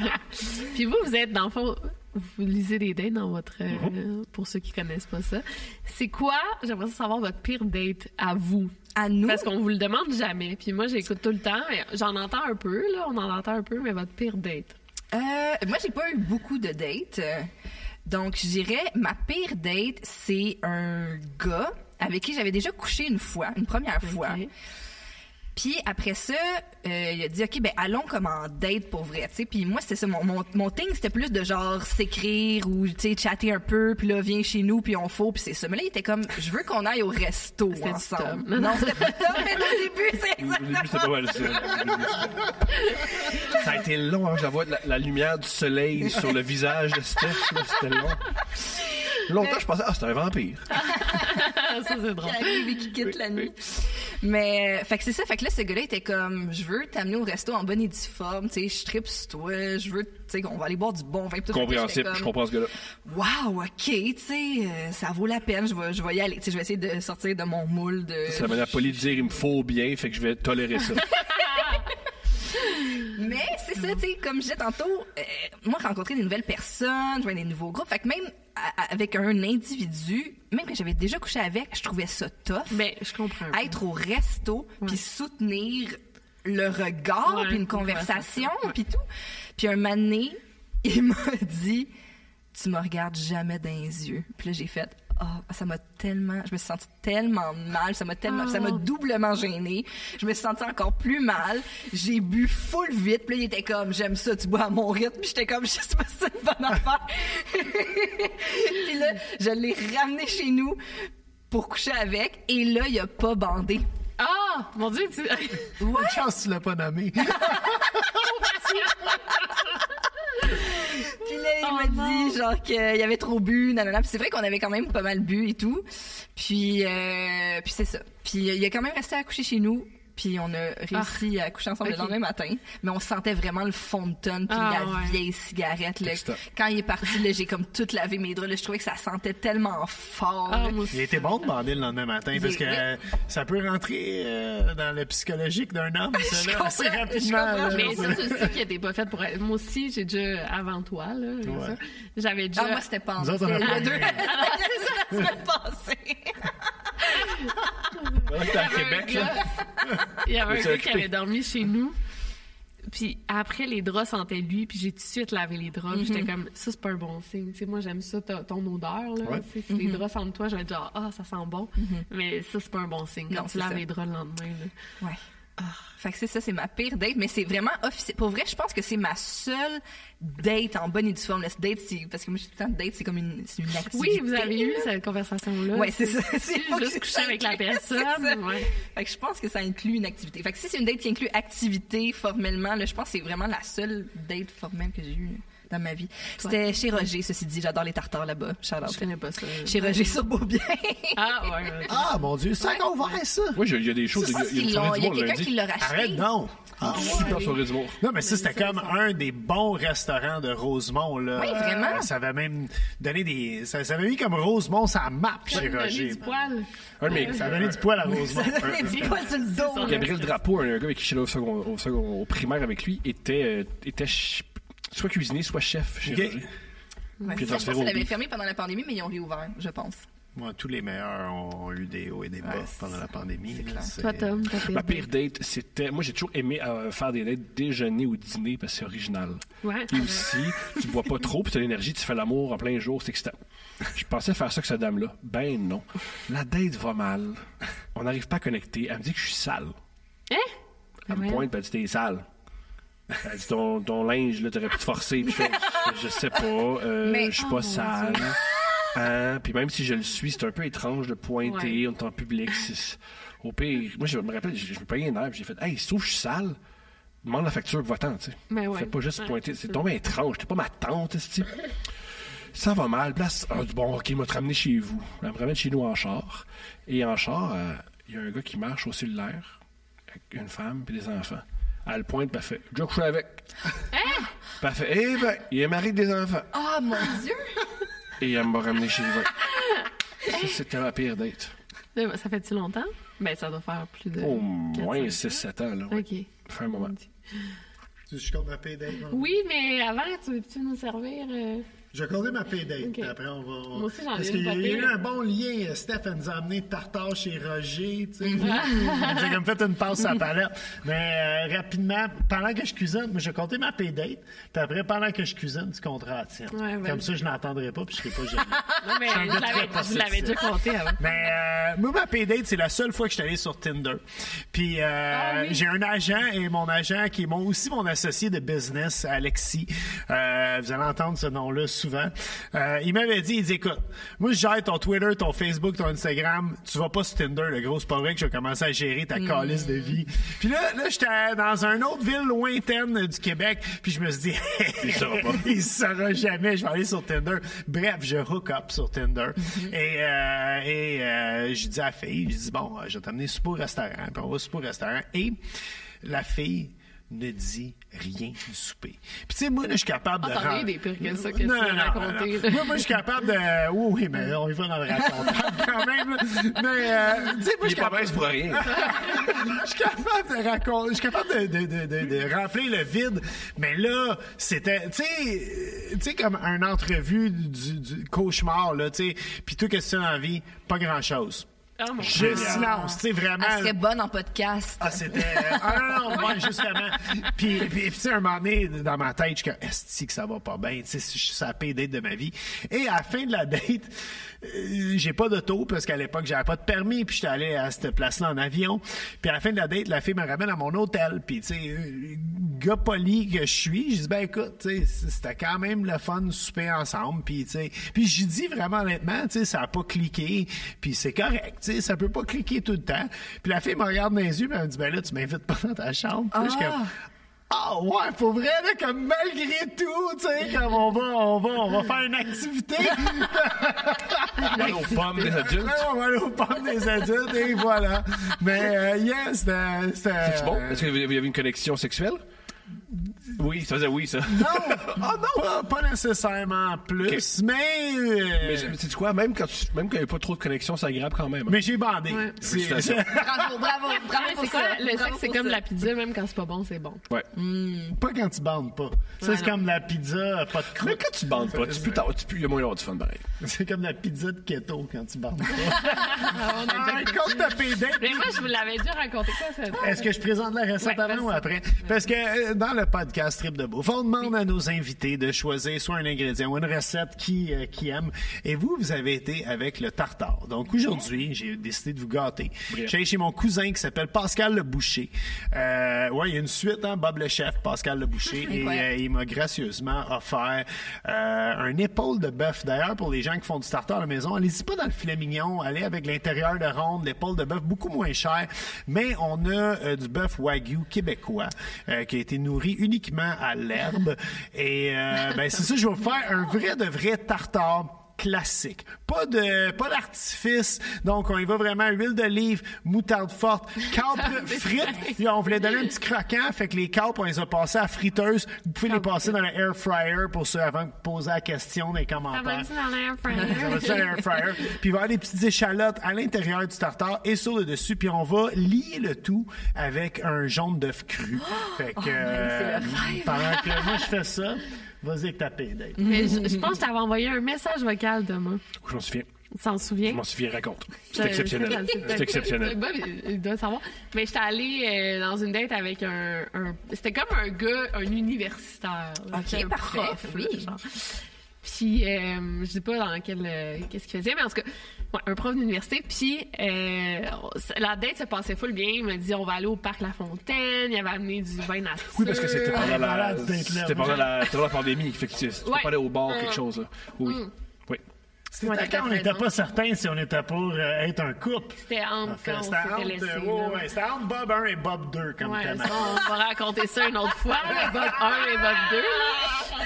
Puis vous, vous êtes dans le fond, vous lisez des dates dans votre. euh, Mhm. Pour ceux qui connaissent pas ça, c'est quoi, j'aimerais ça savoir votre pire date à vous? À nous, Parce qu'on vous le demande jamais. Puis moi, j'écoute tout le temps. et J'en entends un peu, là. On en entend un peu, mais votre pire <laughs> date. euh, moi, j'ai pas eu beaucoup de dates. euh, Donc, je dirais, ma pire date, c'est un gars avec qui j'avais déjà couché une fois, une première fois. Ok. Puis après ça, euh, il a dit OK, ben allons comme en date pour vrai, tu sais. Puis moi c'était ça mon mon, mon thing, c'était plus de genre s'écrire ou tu sais chatter un peu, puis là viens chez nous, puis on faut, puis c'est ça. Mais là il était comme je veux qu'on aille au resto C'était du ensemble. Tom. Non, c'était pas Tom, mais au début c'est Au début, c'était pas exactement. mal ça. ça a été long avant que je la voie, la, la lumière du soleil sur le visage de Steph. là, C'était long. Longtemps, je pensais, ah, c'est un vampire. Ah, ça, c'est drôle. Qui arrive et qui quitte la nuit. Mais euh, fait que c'est ça, fait que là ce gars-là était comme je veux t'amener au resto en bonne et due forme, tu sais, je tripe sur toi, je veux tu sais qu'on va aller boire du bon vin. Puis tout. Fait que j'étais Compréhensible, comme, je comprends ce gars-là. Wow, OK, tu sais, euh, ça vaut la peine, je vais, je vais y aller. Tu sais, je vais essayer de sortir de mon moule de. C'est la manière polie de dire, il me faut bien, fait que je vais tolérer <laughs> ça. Mais c'est ça, tu sais, comme je disais tantôt, euh, moi, rencontrer des nouvelles personnes, joindre des nouveaux groupes, fait que même à- à- avec un individu, même que j'avais déjà couché avec, je trouvais ça tough. Mais je comprends. Être au resto, puis soutenir le regard, Ouais, puis une une conversation, conversation, puis tout. Puis un moment donné, <laughs> il m'a dit Tu me regardes jamais dans les yeux. Puis là, j'ai fait Ah, ça m'a tellement. Je me suis sentie tellement mal, ça m'a tellement. Ça m'a Ah. doublement gênée. Je me suis sentie encore plus mal. J'ai bu full vite. Puis là, il était comme J'aime ça, tu bois à mon rythme. Puis j'étais comme <laughs> Je sais pas si c'est une bonne affaire. <laughs> puis là, je l'ai ramené chez nous pour coucher avec. Et là, il a pas bandé. Ah! Mon Dieu, <laughs> tu. Bonne chance, tu l'as pas nommé. Puis là, Oh il m'a dit, genre, qu'il y avait trop bu, nanana. Puis c'est vrai qu'on avait quand même pas mal bu et tout. Puis, euh, puis c'est ça. Puis euh, il a quand même resté à coucher chez nous. Puis on a réussi à coucher ensemble Ah. Ok. le lendemain matin. Mais on sentait vraiment le fond de tonne, puis Ah, la ouais. vieille cigarette. là. Extra. Quand il est parti, là, j'ai comme toute lavé mes draps. là. Je trouvais que ça sentait tellement fort. Ah, là. moi Il aussi. était bon de bander le lendemain matin parce que euh, ça peut rentrer euh, dans le psychologique d'un homme, ça, là, comprends, assez <laughs> je rapidement. comprends, là. Mais ça, tu sais qu'elle était pas faite pour être. Moi aussi, j'ai déjà, avant toi, là, ça, j'avais déjà. Ah, moi, c'était pas en Nous autres, on a le pas deux. eu. <laughs> c'est ça, la semaine passée. Pendant que t'es à Québec, gars- là. Il y avait Mais un t'es gars qui occupé. avait dormi chez nous. Puis après, les draps sentaient lui, puis j'ai tout de suite lavé les draps. Puis Mm-hmm. J'étais comme, ça, c'est pas un bon signe. Tu sais, moi, j'aime ça, ta- ton odeur. Là. Ouais. Tu sais, Si Mm-hmm. les draps sentent toi, je vais dire, ah, ça sent bon. Mais ça, c'est pas un bon signe. Quand Non, tu c'est laves ça. les draps le lendemain. là. Ouais. Ah. Fait que c'est ça, c'est ma pire date, mais c'est vraiment officiel. Pour vrai, je pense que c'est ma seule date en bonne et due forme. là. Date, c'est- parce que moi, je dis tout le temps date, c'est comme une, c'est une activité. Oui, vous avez eu cette conversation-là. Ouais, c'est ça. <laughs> C'est pas que juste coucher avec la inclut- <laughs> c'est ça. personne. ouais. Fait que je pense que ça inclut une activité. Fait que si c'est une date qui inclut activité formellement, là, je pense que c'est vraiment la seule date formelle que j'ai eue. là. dans ma vie. C'était chez Roger, ceci dit. J'adore les tartares là-bas. Charlotte. Je connais pas ça. Chez Roger sur Beaubien. <laughs> Ah, ouais. ouais. Ah, mon Dieu, ça qu'on ouvert, ça! Oui, il y a des choses. Ça, Il y a une ils l'ont- soirée il y a d'humour quelqu'un lundi. qui l'a racheté. Arrête, non! Ah, Super soirée d'humour. Non, mais ça, c'était comme un des bons restaurants de Rosemont. Là. Oui, vraiment. Euh, ça avait même donné des. Ça, ça avait mis comme Rosemont sa map Ça chez me donnait Roger. du poil. Un de mes- Ça donnait du poil à <laughs> Rosemont. Il dit pas sur le dos. là. Gabriel Drapeau, un gars avec qui j'étais au, second, au, second- au primaire avec lui, était, euh, était ch- soit cuisinier, soit chef chez Ok. Roger. Ouais, Puis ça, transféré je pense au qu'elle avait beef. fermé pendant la pandémie, mais ils ont réouvert, je pense. Moi, tous les meilleurs ont eu des hauts et des bas Ouais, c'est pendant la ça. pandémie. C'est là, clair. c'est- Toi, Tom, t'as fait. Ma pire date, c'était. Moi, j'ai toujours aimé euh, faire des dates déjeuner ou dîner parce que c'est original. Ouais. Et aussi, tu bois pas trop, puis t'as l'énergie, tu fais l'amour en plein jour, c'est excitant. Je pensais faire ça avec cette dame-là. Ben non. La date va mal. On n'arrive pas à connecter. Elle me dit que je suis sale. Hein? Elle me Ouais. pointe, puis elle dit T'es sale. <laughs> Elle dit Ton, ton linge, là, t'aurais pu te forcer. Puis je fais Je sais pas, euh, Mais- je suis pas sale. Hein? Puis même si je le suis, c'est un peu étrange de pointer, on est en public. c'est- Au pire, moi, je me rappelle, je je me payais une heure, puis j'ai fait Hey, sauf que je suis sale. Demande la facture, va-t'en, tu sais. Mais ouais. Fais pas juste Ouais, pointer. c'est C'est tombé étrange. T'es pas ma tante, tu ça va mal. Place, ah, bon, ok, il m'a te ramener chez vous. Elle me ramène chez nous en char. Et en char, euh, il y a un gars qui marche au cellulaire, avec une femme et des enfants. Elle le pointe, parfait. Je couche avec. Parfait. Eh ben, il est marié avec des enfants. Ah, mon Dieu! Et elle m'a ramené chez vous. Ça, c'était ma pire date. Ouais, Ça fait-tu longtemps? Ben, ça doit faire plus de. Au moins quatre, 6-7 ans, là. ouais. Ok. Fait un moment. Je suis contre ma paydate. moi. Oui, mais avant, tu veux-tu nous servir? euh, Je vais accorder ma paydate. Ok. puis Après, on va. Moi aussi, j'en ai Parce une qu'il y a pas eu pire. un bon lien. euh, Steph, elle nous a amené tartare chez Roger. <laughs> Tu sais. J'ai comme fait une passe à la palette. Mais euh, rapidement, pendant que je cuisine, moi, je vais compter ma paydate. Puis après, pendant que je cuisine, tu compteras la tienne. Ouais, vas-y. comme ça, je n'entendrai pas puis je ne serai pas gêné. Non, mais Je suis un gars très je l'avais- je possessif. l'avais déjà compté <laughs> avant. Mais euh, moi, ma paydate, c'est la seule fois que je suis allé sur Tinder. Puis euh, j'ai un agent et mon agent qui est mon, aussi mon associé de business, Alexis. Euh, vous allez entendre ce nom-là souvent. Euh, il m'avait dit, il dit, écoute, moi, je gère ton Twitter, ton Facebook, ton Instagram. Tu vas pas sur Tinder, le gros. C'est pas vrai que je vais commencer à gérer ta calice de vie. Puis là, là j'étais dans une autre ville lointaine euh, du Québec. Puis je me suis dit, <laughs> Il saura pas. il saura jamais, je vais aller sur Tinder. Bref, je hook up sur Tinder. Mhm. Et, euh, et euh, je dis à la fille, je dis, bon, euh, je vais t'amener super au restaurant, puis on va super au restaurant. Et la fille ne dit rien du souper. Puis tu sais, moi, là, je suis capable de... Ah, t'en as rendre- eu des pires que ça que tu viens de raconter, là. Moi, moi, je suis capable de... Oui, oui, mais on y va dans le racontant <laughs> quand même. là. Mais, euh, tu sais, moi, je Il suis est pas capable- mince pour rien. je suis capable de raconter, je suis capable de, de, de, de- de remplir le vide, mais là, c'était, tu sais, euh, tu sais, comme un entrevue du, du cauchemar, là, tu sais, puis tout qu'est-ce que tu as envie, pas grand-chose. Ah, mon Je silence, tu sais, vraiment. Elle serait bonne en podcast. Ah, c'était. euh, ah, non, non, ouais, justement. Puis, puis, puis, tu sais, un moment donné, dans ma tête, je suis comme, est que ça va pas bien? Tu sais, je suis sapé date de ma vie. Et à la fin de la date, euh, j'ai pas d'auto parce qu'à l'époque, j'avais pas de permis. Puis, j'étais allé à cette place-là en avion. Puis, à la fin de la date, la fille me ramène à mon hôtel. Puis, tu sais, euh, gars poli que je suis, je dis, ben, écoute, tu sais, c'était quand même le fun de souper ensemble. Puis, tu sais, puis, j'y dis vraiment honnêtement, tu sais, ça a pas cliqué. Puis, c'est correct, tu sais, ça peut pas cliquer tout le temps. Puis, la fille me regarde dans les yeux, puis elle me dit, ben là, tu m'invites pas dans ta chambre. Puis là, je suis comme, ah ouais, pour vrai, là, comme malgré tout, tu sais, comme on va, on va, on va faire une activité. On va aller aux pommes des adultes. Là, on va aller aux pommes des adultes, et voilà. Mais, euh, yes, c'était... euh, C'est bon? Est-ce que vous avez une connexion sexuelle? Oui, ça faisait oui, ça. Non, ah non, pas, pas nécessairement plus, mais... euh, <laughs> Mais tu sais quoi, même quand tu- même quand il n'y a pas trop de connexion, ça aggrave quand même. hein. mais j'ai bandé. Ouais. C'est- <laughs> Félicitations. Bravo, bravo, bravo Ouais, pour c'est quoi? ça. Le Bravo sexe, c'est pour comme ça. la pizza, même quand c'est pas bon, c'est bon. <laughs> Ouais. <laughs> Mm. Pas quand tu bandes pas. Ça, c'est non. comme la pizza, pas de Mais croûte. quand tu bandes pas, tu peux, t'en- tu peux, il y a moins d'avoir du fun pareil. <laughs> C'est comme la pizza de keto quand tu <laughs> bandes pas. <laughs> Ah, on a Ah, déjà- compte ta pédate. <laughs> Mais moi, je vous l'avais déjà raconté, quoi, ça. Est-ce que je présente la recette Ouais, avant vas-y. ou après? Parce que euh, dans le podcast Trip de Bouffe, on demande à nos invités de choisir soit un ingrédient ou une recette qui, euh, qui aiment. Et vous, vous avez été avec le tartare. Donc aujourd'hui, j'ai décidé de vous gâter. Brillant. J'ai allé chez mon cousin qui s'appelle Pascal Le Boucher. Euh, ouais, il y a une suite, hein, Bob le Chef, Pascal Le <laughs> Boucher. et Incroyable. euh, il m'a gracieusement offert euh, un épaule de bœuf. D'ailleurs, pour les gens qui font du tartare à la maison, allez-y pas dans le filet mignon, allez avec l'intérieur de ronde, l'épaule de bœuf, beaucoup moins cher. Mais on a euh, du bœuf wagyu québécois euh, qui a été nourri uniquement uniquement à l'herbe. Et euh, ben, c'est ça, je vais vous faire un vrai de vrai tartare classique. Pas de pas d'artifice. Donc on y va vraiment huile d'olive, moutarde forte, câpres frites. Puis on voulait donner un petit croquant, fait que les câpres on les a passés à friteuse. Vous pouvez les passer dans le air fryer pour ceux avant de poser la question dans les Ça va commentaires. être <laughs> dans l'air On va fryer. mettre ça dans l'air fryer. Puis il va y avoir des petites échalotes à l'intérieur du tartare et sur le dessus. Puis on va lier le tout avec un jaune d'œuf <gasps> cru. Oh, Fait que euh, pendant que moi je fais ça, vas-y avec ta paix, Dave. Mais je, je pense que t'avais envoyé un message vocal demain. Je m'en souviens. Tu t'en Je souviens? m'en souviens, raconte. Euh, C'est exceptionnel. c'est- C'est exceptionnel. Bob, il- il doit savoir. Mais j'étais allée euh, dans une date avec un. un- C'était comme un gars, un universitaire. là, Ok, un parfait, oui. là, genre. Puis, euh, je sais pas dans quel. euh, Qu'est-ce qu'il faisait, mais en tout cas, ouais, un prof d'université. Puis, euh, on- la date se passait full bien. Il m'a dit on va aller au parc La Fontaine. Il avait amené du vin nature. Oui, parce que c'était pendant la, Ah, malade d'être là, Ah. c'était moi. pendant la, c'était pendant la pandémie. Fait que tu, tu peux Ouais. pas aller au bar, Mm. quelque chose. là. Oui. Oui. Ouais, C'était t'as quand on n'était raison. pas certain si on était pour euh, être un couple. C'était entre Enfin, quand on Ah, C'était s'était entre, laissé. euh, là. ouais, ouais, c'était entre Bob 1 et Bob 2 comme Ouais, thème. ça, on va raconter ça une autre fois, là, Bob 1 et Bob 2. là.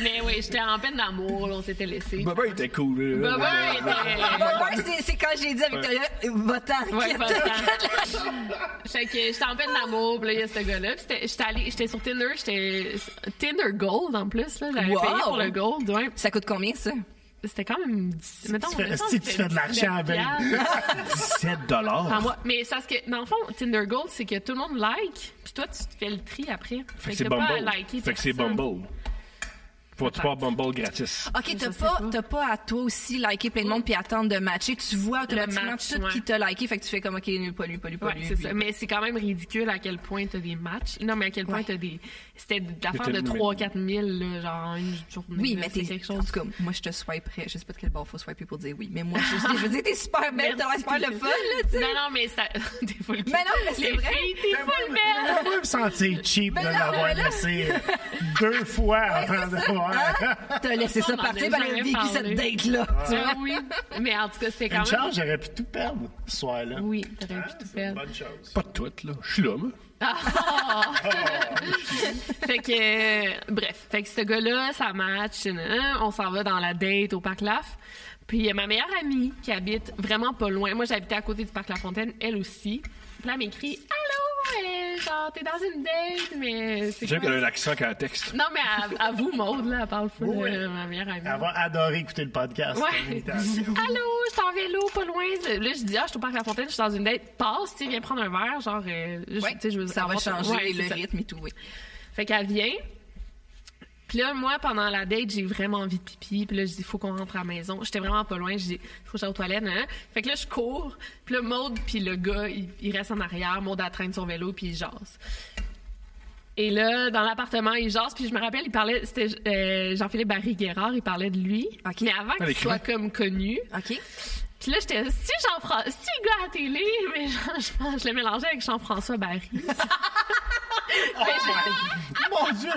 Mais oui, j'étais en peine d'amour, là, on s'était laissé. Baba était cool. là. Bob 1 était. Mon point, Ah, c'est- c'est quand j'ai dit à Victoria, euh, va-t'en, Ouais, quitte. pas tant. Fait que j'étais en peine d'amour, puis là, il y a ce gars-là. Puis c'était- j'étais allée- j'étais sur Tinder, j'étais Tinder Gold en plus, là. J'avais Wow! payé pour le Gold, ouais. Ça coûte combien, ça? C'était quand même. dix- Mettons, fais- mettons, si tu c'était fais de ben, l'argent avec. <laughs> <laughs> 17 dollars. Par mois. Mais c'est parce que, dans le fond, Tinder Gold, c'est que tout le monde like, puis toi, tu te fais le tri après. Fait que c'est t'as pas à Bumble. liker Fait que c'est personne. Bumble. Faut tu voir Bumble gratis. OK, t'as sais pas, pas. t'as pas à toi aussi liker plein de monde puis attendre de matcher. Tu vois automatiquement match, tout ouais. qui t'a liké. Fait que tu fais comme, OK, lui, pas lui, pas lui, pas Ouais, lui. c'est puis- ça. Mais c'est quand même ridicule à quel point t'as des matchs. Non, mais à quel point Ouais. t'as des. C'était de l'affaire de C'était- 3-4 000, là, genre, une journée. Oui, là, mais c'est t'es. quelque En chose. tout cas, moi, je te swiperais. Je sais pas de quel bord faut swiper pour dire oui. Mais moi, je, je veux dire, t'es super belle, t'as Merci. l'air super le fun, là, tu sais. Non, non, mais ça. <laughs> T'es full cute. Mais non, mais c'est Les vrai. filles, T'es Ben full <laughs> belle. Moi, je me sentir cheap de non, mais l'avoir là- <laughs> laissé deux fois avant Ouais, c'est d'avoir. Ah, ça, hein? T'as laissé On ça en partir, a ben, elle a jamais vécu parlé. cette date-là. Tu vois? Ah oui. Mais en tout cas, c'était Une quand même. chance, j'aurais pu tout perdre ce soir-là. Oui, t'aurais pu Hein, tout c'est une faire. Bonne chose. Pas de tweet, là. Je suis là, moi. Ah! fait que, euh, bref, fait que ce gars-là, ça match, nanana, on s'en va dans la date au Parc Laf. Puis il y a ma meilleure amie qui habite vraiment pas loin. Moi, j'habitais à côté du Parc La Fontaine, elle aussi. Puis là, elle m'écrit Allô, euh, genre, t'es dans une date, mais c'est J'aime quoi? qu'elle a un accent qu'elle texte. Non, mais à, à vous, Maude, là, elle parle full, Oui. euh, ma meilleure amie. Elle va adorer écouter le podcast. c'est une Ouais. invitation. <laughs> Allô, je suis en vélo, pas loin. Là, je dis, ah, je suis au parc La Fontaine, je suis dans une date. Passe, tu sais, viens prendre un verre, genre, euh, je- Ouais, tu sais, je veux ça va avoir ton- changer Ouais, c'est le ça. rythme et tout, oui. Fait qu'elle vient. Puis là, moi, pendant la date, j'ai vraiment envie de pipi. Puis là, je dis, faut qu'on rentre à la maison. J'étais vraiment pas loin. Je dis, faut que j'aille aux toilettes. nan, nan. Fait que là, je cours. Puis là, Maude, puis le gars, il, il reste en arrière. Maude, elle traîne son vélo, puis il jase. Et là, dans l'appartement, il jase. Puis je me rappelle, il parlait, c'était euh, Jean-Philippe Barry-Guerrard, il parlait de lui. Ok. Mais avant Avec qu'il soit comme connu, OK? puis là, j'étais, si Jean-François, si le gars à télé, mais <laughs> genre, je pense, je le mélangeais avec Jean-François Barry. Ah, Mon Dieu!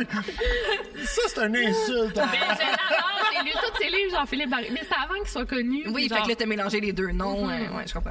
Ça, c'est un insulte. Mais <laughs> je l'adore, j'ai lu tous ses livres, Jean-Philippe Barry. Mais c'était avant qu'il soit connu. Oui, genre- Mhm. fait que là, t'as mélangé les deux noms. euh, ouais, je comprends.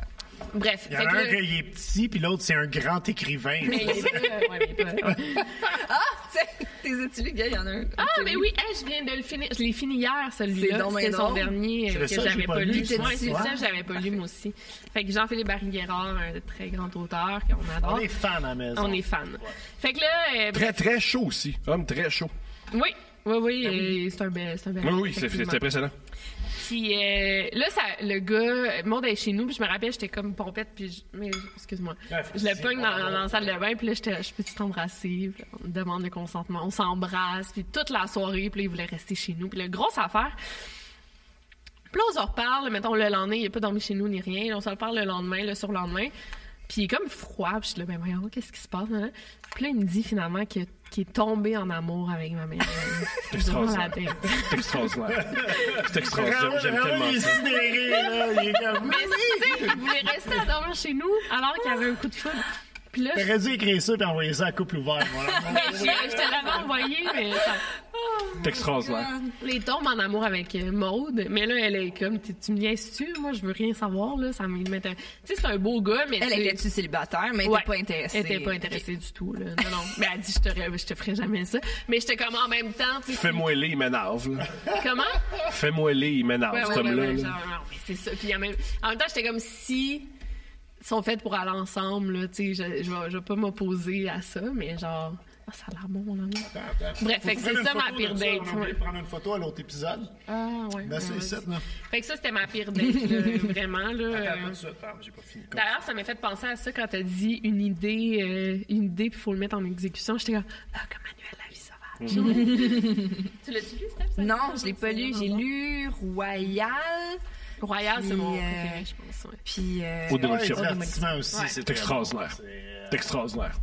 Bref. Il y en a fait que un là- qui est petit, puis l'autre, c'est un grand écrivain. mais il est pas- Euh, ouais, mais <laughs> il est pas- Ah! T'sais, T'es étudié, gars, il y en a un. Ah, mais oui, hey, je viens de le finir. Je l'ai fini hier, C'est celui-là. donc bien C'était son drôle. dernier euh, C'est que ça, j'ai j'avais pas pas lu. lu. Tu t'es Ouais, dit c'est ça? ça, j'avais pas lu, moi aussi. Fait que Jean-Philippe Barry-Guerrard, un très grand auteur qu'on adore. On est fan à la maison. On est fan. Fait que là, euh, Très, très chaud aussi. Homme très chaud. oui, Ben oui, oui, euh, c'est un bel. c'est un bel Oui, oui, c'est effectivement. c'est impressionnant. Puis euh, là, ça, le gars, Monde est chez nous, puis je me rappelle, j'étais comme pompette, puis je- mais excuse-moi. Ouais, je le si, pogne on dans, va. dans la salle de bain, puis là, j'étais, je peux-tu t'embrasser? Puis on demande le consentement, on s'embrasse, puis toute la soirée, puis là, il voulait rester chez nous. Puis la grosse affaire, puis là, on s'en reparle, mettons, le lendemain, il a pas dormi chez nous ni rien. On s'en reparle le lendemain, le surlendemain. Puis il est comme froid, puis je suis là, ben voyons, qu'est-ce qui se passe? hein? Puis là, il me dit finalement que- qu'il est tombé en amour avec ma mère. Durant la Extraordinaire. date. C'est extraordinaire. <laughs> Vraiment, C'est extraordinaire. J'aime vraiment, tellement il est ça. sidéré, là. Il est comme... Mais tu sais, il voulait rester à dormir chez nous alors qu'il avait un coup de foudre. Puis là, T'aurais dû écrire ça puis envoyer ça à couple ouvert, mon amour. je, je te l'avais envoyé, mais ça... C'est extraordinaire. Les tombes en amour avec euh, Maude, mais là, elle est comme, tu tu me niaises-tu? Moi, je veux rien savoir, là. Ça m'intéresse. Tu sais, c'est un beau gars, mais. Elle tu- était-tu célibataire, mais elle Ouais. était pas intéressée. Elle était pas intéressée du tout, là. Non, non. Mais elle dit, je te, re- je te ferai jamais ça. Mais j'étais comme en même temps, tu sais, Fais-moi les, il m'énerve. là. Comment? Fais-moi les, il m'énerve, Ouais, cet ouais, ouais, homme-là. ouais, là. genre, non, mais c'est ça. Puis il y a même... En même temps, j'étais comme si ils sont faits pour aller ensemble, là, tu sais, je, je, vais- je vais pas m'opposer à ça, mais genre, ah, ça a l'air bon, mon amour. Bref, fait que c'est ça ma pire date. On va ouais. prendre une photo à l'autre épisode. Ah, ouais. Ben, ouais, c'est ouais. ça, là. Fait que ça, c'était ma pire date, <laughs> là, vraiment, là. Attends, euh, tout de suite. Ah, j'ai pas fini. D'ailleurs, ça m'a fait penser à ça quand t'as dit une idée, euh, une idée, puis faut le mettre en exécution. J'étais comme, ah, comme Manuel, la vie sauvage. tu l'as-tu lu, cet épisode? Non, je l'ai pas lu. J'ai lu Royal, Mm. Royal, c'est mon Puis, euh, préféré, je pense, ouais. puis... euh, Au Ouais, démolition. divertissement aussi, Ouais. c'est euh, C'est extraordinaire. très bon. C'est extraordinaire.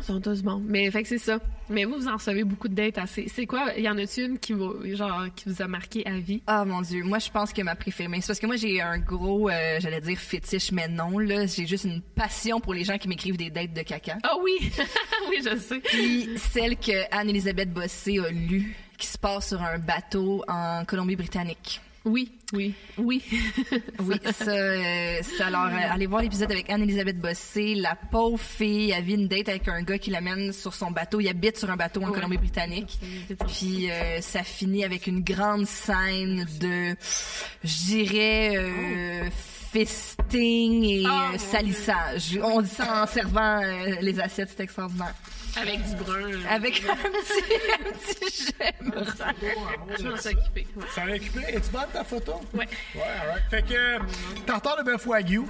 Ils sont tous bons. Mais fait que c'est ça. Mais vous, vous en savez beaucoup de dates assez. C'est quoi? Il y en a-tu une qui, vous, genre, qui vous a marqué à vie? Ah mon dieu, moi je pense que ma préférée, mais c'est parce que moi j'ai un gros, euh, j'allais dire fétiche, mais non là, j'ai juste une passion pour les gens qui m'écrivent des dates de caca. Ah oui! <laughs> oui, je sais. Puis celle que Anne-Elisabeth Bossé a lue, qui se passe sur un bateau en Colombie-Britannique. Oui, oui, oui. Oui, ça, euh, ça, alors euh, allez voir l'épisode avec Anne-Elisabeth Bossé, la pauvre fille, elle vit une date avec un gars qui l'amène sur son bateau, il habite sur un bateau en Ouais. Colombie-Britannique. Puis euh, ça finit avec une grande scène de, je dirais, euh, fisting et Ah, euh, mon salissage. On dit ça en servant euh, les assiettes, c'est extraordinaire. Avec du brun. euh, Avec un petit, un petit j'aime. Je m'en suis occupée. Ouais. Ça a récupéré. Es-tu bonne ta photo? Ouais. Ouais, alright. Fait que euh, tartare de bœuf wagyu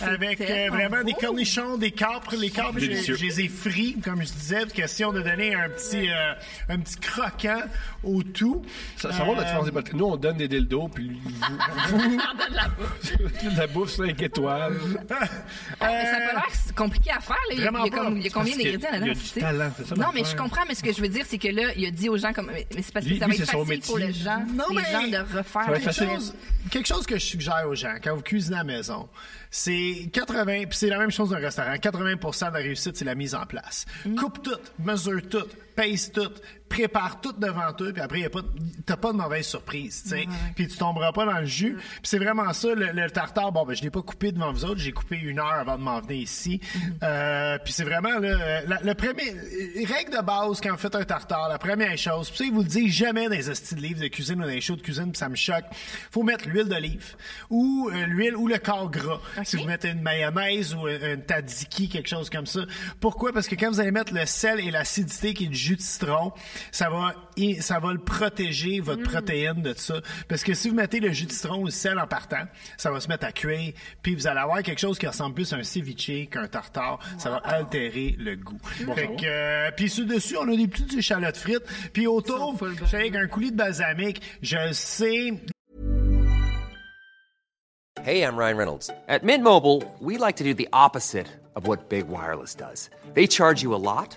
avec euh, tellement vraiment des beau. cornichons, des capres, les capres, je, Délicieux. je les ai frits comme je disais, question de donner un petit euh, un petit croquant au tout. Ça, ça va la Euh, différence des podcasts. Nous, on donne des dildos, puis lui, <laughs> On donne la il- <laughs> la bouffe 5 étoiles. Ah, Ça a pas l'air compliqué à faire. Là. Il y a- Vraiment il y a, pas. comme- il y a combien Parce que d'ingrédients il y là-dedans? a du tu sais? talent, c'est ça, Non, l'affaire. mais je comprends, mais ce que je veux dire, c'est que là, il a dit aux gens comme. Mais c'est parce que Lui- ça va lui, être c'est son facile pour les métier. gens, Non, les mais- gens de refaire. Ça va être la facile. chose. chose- quelque chose que je suggère aux gens quand vous cuisinez à la maison, c'est 80, puis c'est la même chose d'un restaurant, 80 de la réussite, c'est la mise en place. Coupe tout, mesure tout, pèse tout, prépare tout devant eux, puis après, y a pas- t'as pas de mauvaise surprise, tu sais. Puis tu tomberas pas dans le jus. Puis c'est vraiment ça, le, le tartare, bon, ben, je l'ai pas coupé devant vous autres, j'ai coupé une heure avant de m'en venir ici. Euh, puis c'est vraiment, là, la- le premier, règle de base quand vous faites un tartare, la première chose, puis ça, ils vous le disent jamais dans les hosties de livres de cuisine ou dans les shows de cuisine, puis ça me choque. Faut mettre l'huile d'olive ou euh, l'huile ou le corps gras. Si vous mettez une mayonnaise ou euh, un, un tzatziki, quelque chose comme ça. Pourquoi? Parce que quand vous allez mettre le sel et l'acidité qui est du jus de citron, ça va, et ça va le protéger, votre protéine de ça. Parce que si vous mettez le jus de citron ou le sel en partant, ça va se mettre à cuire, puis vous allez avoir quelque chose qui ressemble plus à un ceviche qu'un tartare. Ça va altérer le goût. Fait que, euh, puis sur dessus, on a des petites échalotes frites. Puis autour, j'ai avec un coulis de balsamique. Je sais, Hey, I'm Ryan Reynolds. At Mint Mobile, we like to do the opposite of what Big Wireless does. They charge you a lot,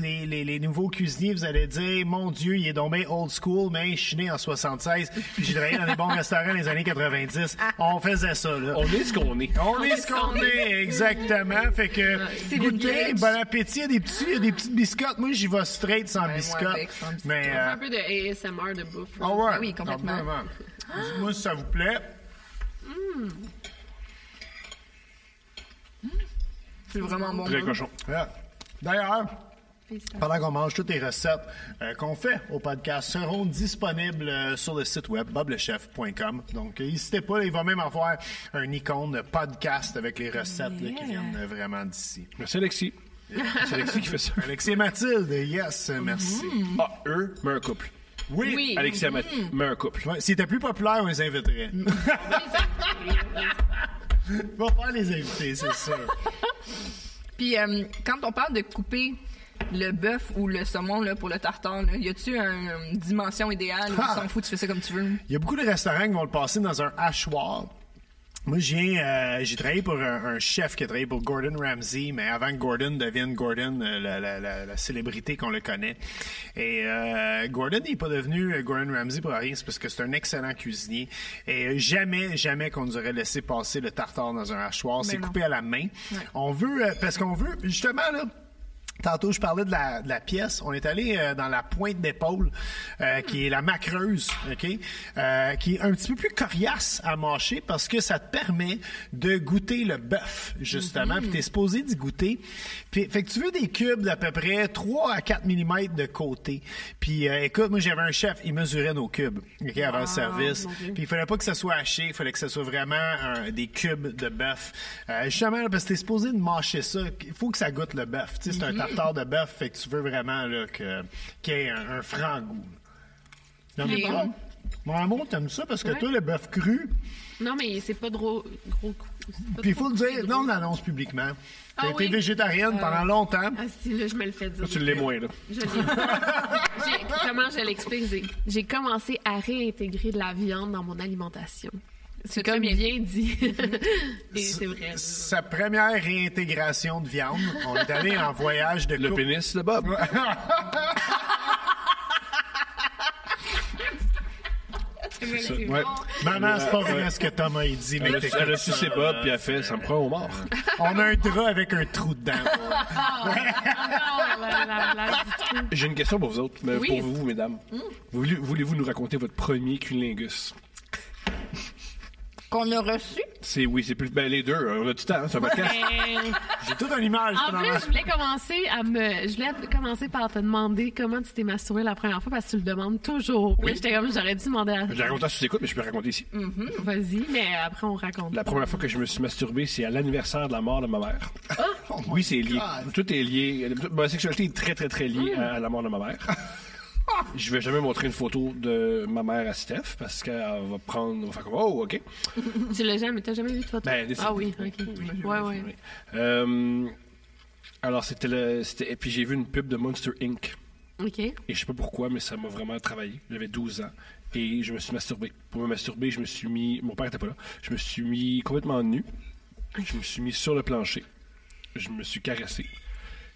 les, les, les nouveaux cuisiniers, vous allez dire, mon Dieu, il est tombé old school, mais je suis né en 76, puis j'ai travaillé dans <laughs> des bons restaurants dans les années 90. Ah. On faisait ça, là. On est ce qu'on est. On est ce qu'on est, exactement. Fait que, C'est goûtez, vintage. bon appétit. Il y a des petits, il y a des petites biscottes. Moi, j'y vais straight Ben, sans moi biscottes. avec, sans biscottes. Mais, euh, Un peu de ASMR de bouffe. là. ah ouais. Oui, complètement. Ah, vraiment. Moi, si ça vous plaît. C'est vraiment bon. Très cochon. Ah. D'ailleurs, pendant qu'on mange toutes les recettes euh, qu'on fait au podcast, seront disponibles euh, sur le site web boblechef.com. Donc, euh, n'hésitez pas, il va même avoir un icône de podcast avec les recettes là, qui viennent euh, vraiment d'ici. Merci, Alexis. C'est Alexis qui fait ça. Alexis et Mathilde, yes, merci. Ah, eux, mais un couple. Mm-hmm. Oui. Alexis Amat, mais un couple. Ouais, S'ils étaient plus populaires, on les inviterait. <laughs> on va faire les invités, c'est sûr. Puis euh, quand on parle de couper le bœuf ou le saumon là, pour le tartare, là, y a-tu un- une dimension idéale? ou Ah! On s'en fout, tu fais ça comme tu veux. Il y a beaucoup de restaurants qui vont le passer dans un hachoir. Moi, j'ai, euh, j'ai travaillé pour un, un chef qui a travaillé pour Gordon Ramsay, mais avant que Gordon devienne Gordon, euh, la, la- la- la célébrité qu'on le connaît. Et euh, Gordon n'est pas devenu euh, Gordon Ramsay pour rien, c'est parce que c'est un excellent cuisinier. Et euh, jamais, jamais qu'on nous aurait laissé passer le tartare dans un hachoir. C'est coupé à la main. On veut, euh, parce qu'on veut, justement, là, Tantôt, je parlais de la, de la pièce. On est allé euh, dans la pointe d'épaule, euh, qui est la macreuse, OK? Euh, qui est un petit peu plus coriace à mâcher parce que ça te permet de goûter le bœuf, justement. Puis t'es supposé d'y goûter. Puis, fait que tu veux des cubes d'à peu près 3 à 4 mm de côté. Puis euh, écoute, moi, j'avais un chef, il mesurait nos cubes, OK, Ah, avant le service. Puis il fallait pas que ça soit haché, il fallait que ça soit vraiment un- des cubes de bœuf. Euh, justement, là, parce que t'es supposé de mâcher ça, il faut que ça goûte le bœuf. Tu sais, Mhm. c'est un tartare de bœuf, fait que tu veux vraiment là, que, qu'il y ait un, un franc goût. Non, mais Il est pas- bon. Mon amour, t'aimes ça parce que toi, le bœuf cru, Non, mais c'est pas gros, gros coup. c'est pas puis il trop faut le dire, gros. non, on l'annonce publiquement. T'as Ah été oui? végétarienne pendant Euh, longtemps. Ah, si, là, je me le fais dire. Tu l'es moins, là. Je l'ai- <laughs> J'ai- Comment je l'explique? J'ai- J'ai commencé à réintégrer de la viande dans mon alimentation. C'est comme bien <laughs> dit. Et c'est vrai. Sa première réintégration de viande, on est allé en voyage de Le couple. pénis de Bob. C'est Ouais. vrai. <laughs> Maman, c'est pas vrai ce que Thomas a dit, mais Elle a t'es su- elle comme a su ça, ses là. Bob, puis elle fait, ça me prend <laughs> au mort. On a un drap avec un trou dedans. ouais. Encore la- la- la- du trou. J'ai une question pour vous autres, mais Oui. pour vous, mesdames. Mm. Voulez- Voulez-vous nous raconter votre premier cunilingus? Qu'on a reçu? C'est oui, c'est plus. Ben, les deux, euh, on a du temps, hein, c'est un podcast. Mais- J'ai toute une image. En finalement. plus, je voulais commencer à me, je voulais commencer par te demander comment tu t'es masturbé la première fois parce que tu le demandes toujours. Puis là, J'étais comme, j'aurais dû demander à. Je la raconte là sous écoute, mais je peux la raconter ici. Vas-y, mais après on raconte. La première fois que je me suis masturbé, c'est à l'anniversaire de la mort de ma mère. Ah! Oh oui, c'est lié. Tout est lié. Ma sexualité est très, très, très Hmm. liée à, à la mort de ma <laughs> mère. Je vais jamais montrer une photo de ma mère à Steph parce qu'elle va prendre. va faire comme, oh, OK. Tu l'as jamais, t'as jamais vu de photo? Ben, des- ah oui, ok. Ouais, ouais. Euh, alors, c'était le. c'était- Et puis, j'ai vu une pub de Monster Inc. Ok. Et je sais pas pourquoi, mais ça m'a vraiment travaillé. J'avais 12 ans et je me suis masturbé. Pour me masturber, je me suis mis. Mon père était pas là. Je me suis mis complètement nu. Je me suis mis sur le plancher. Je me suis caressé.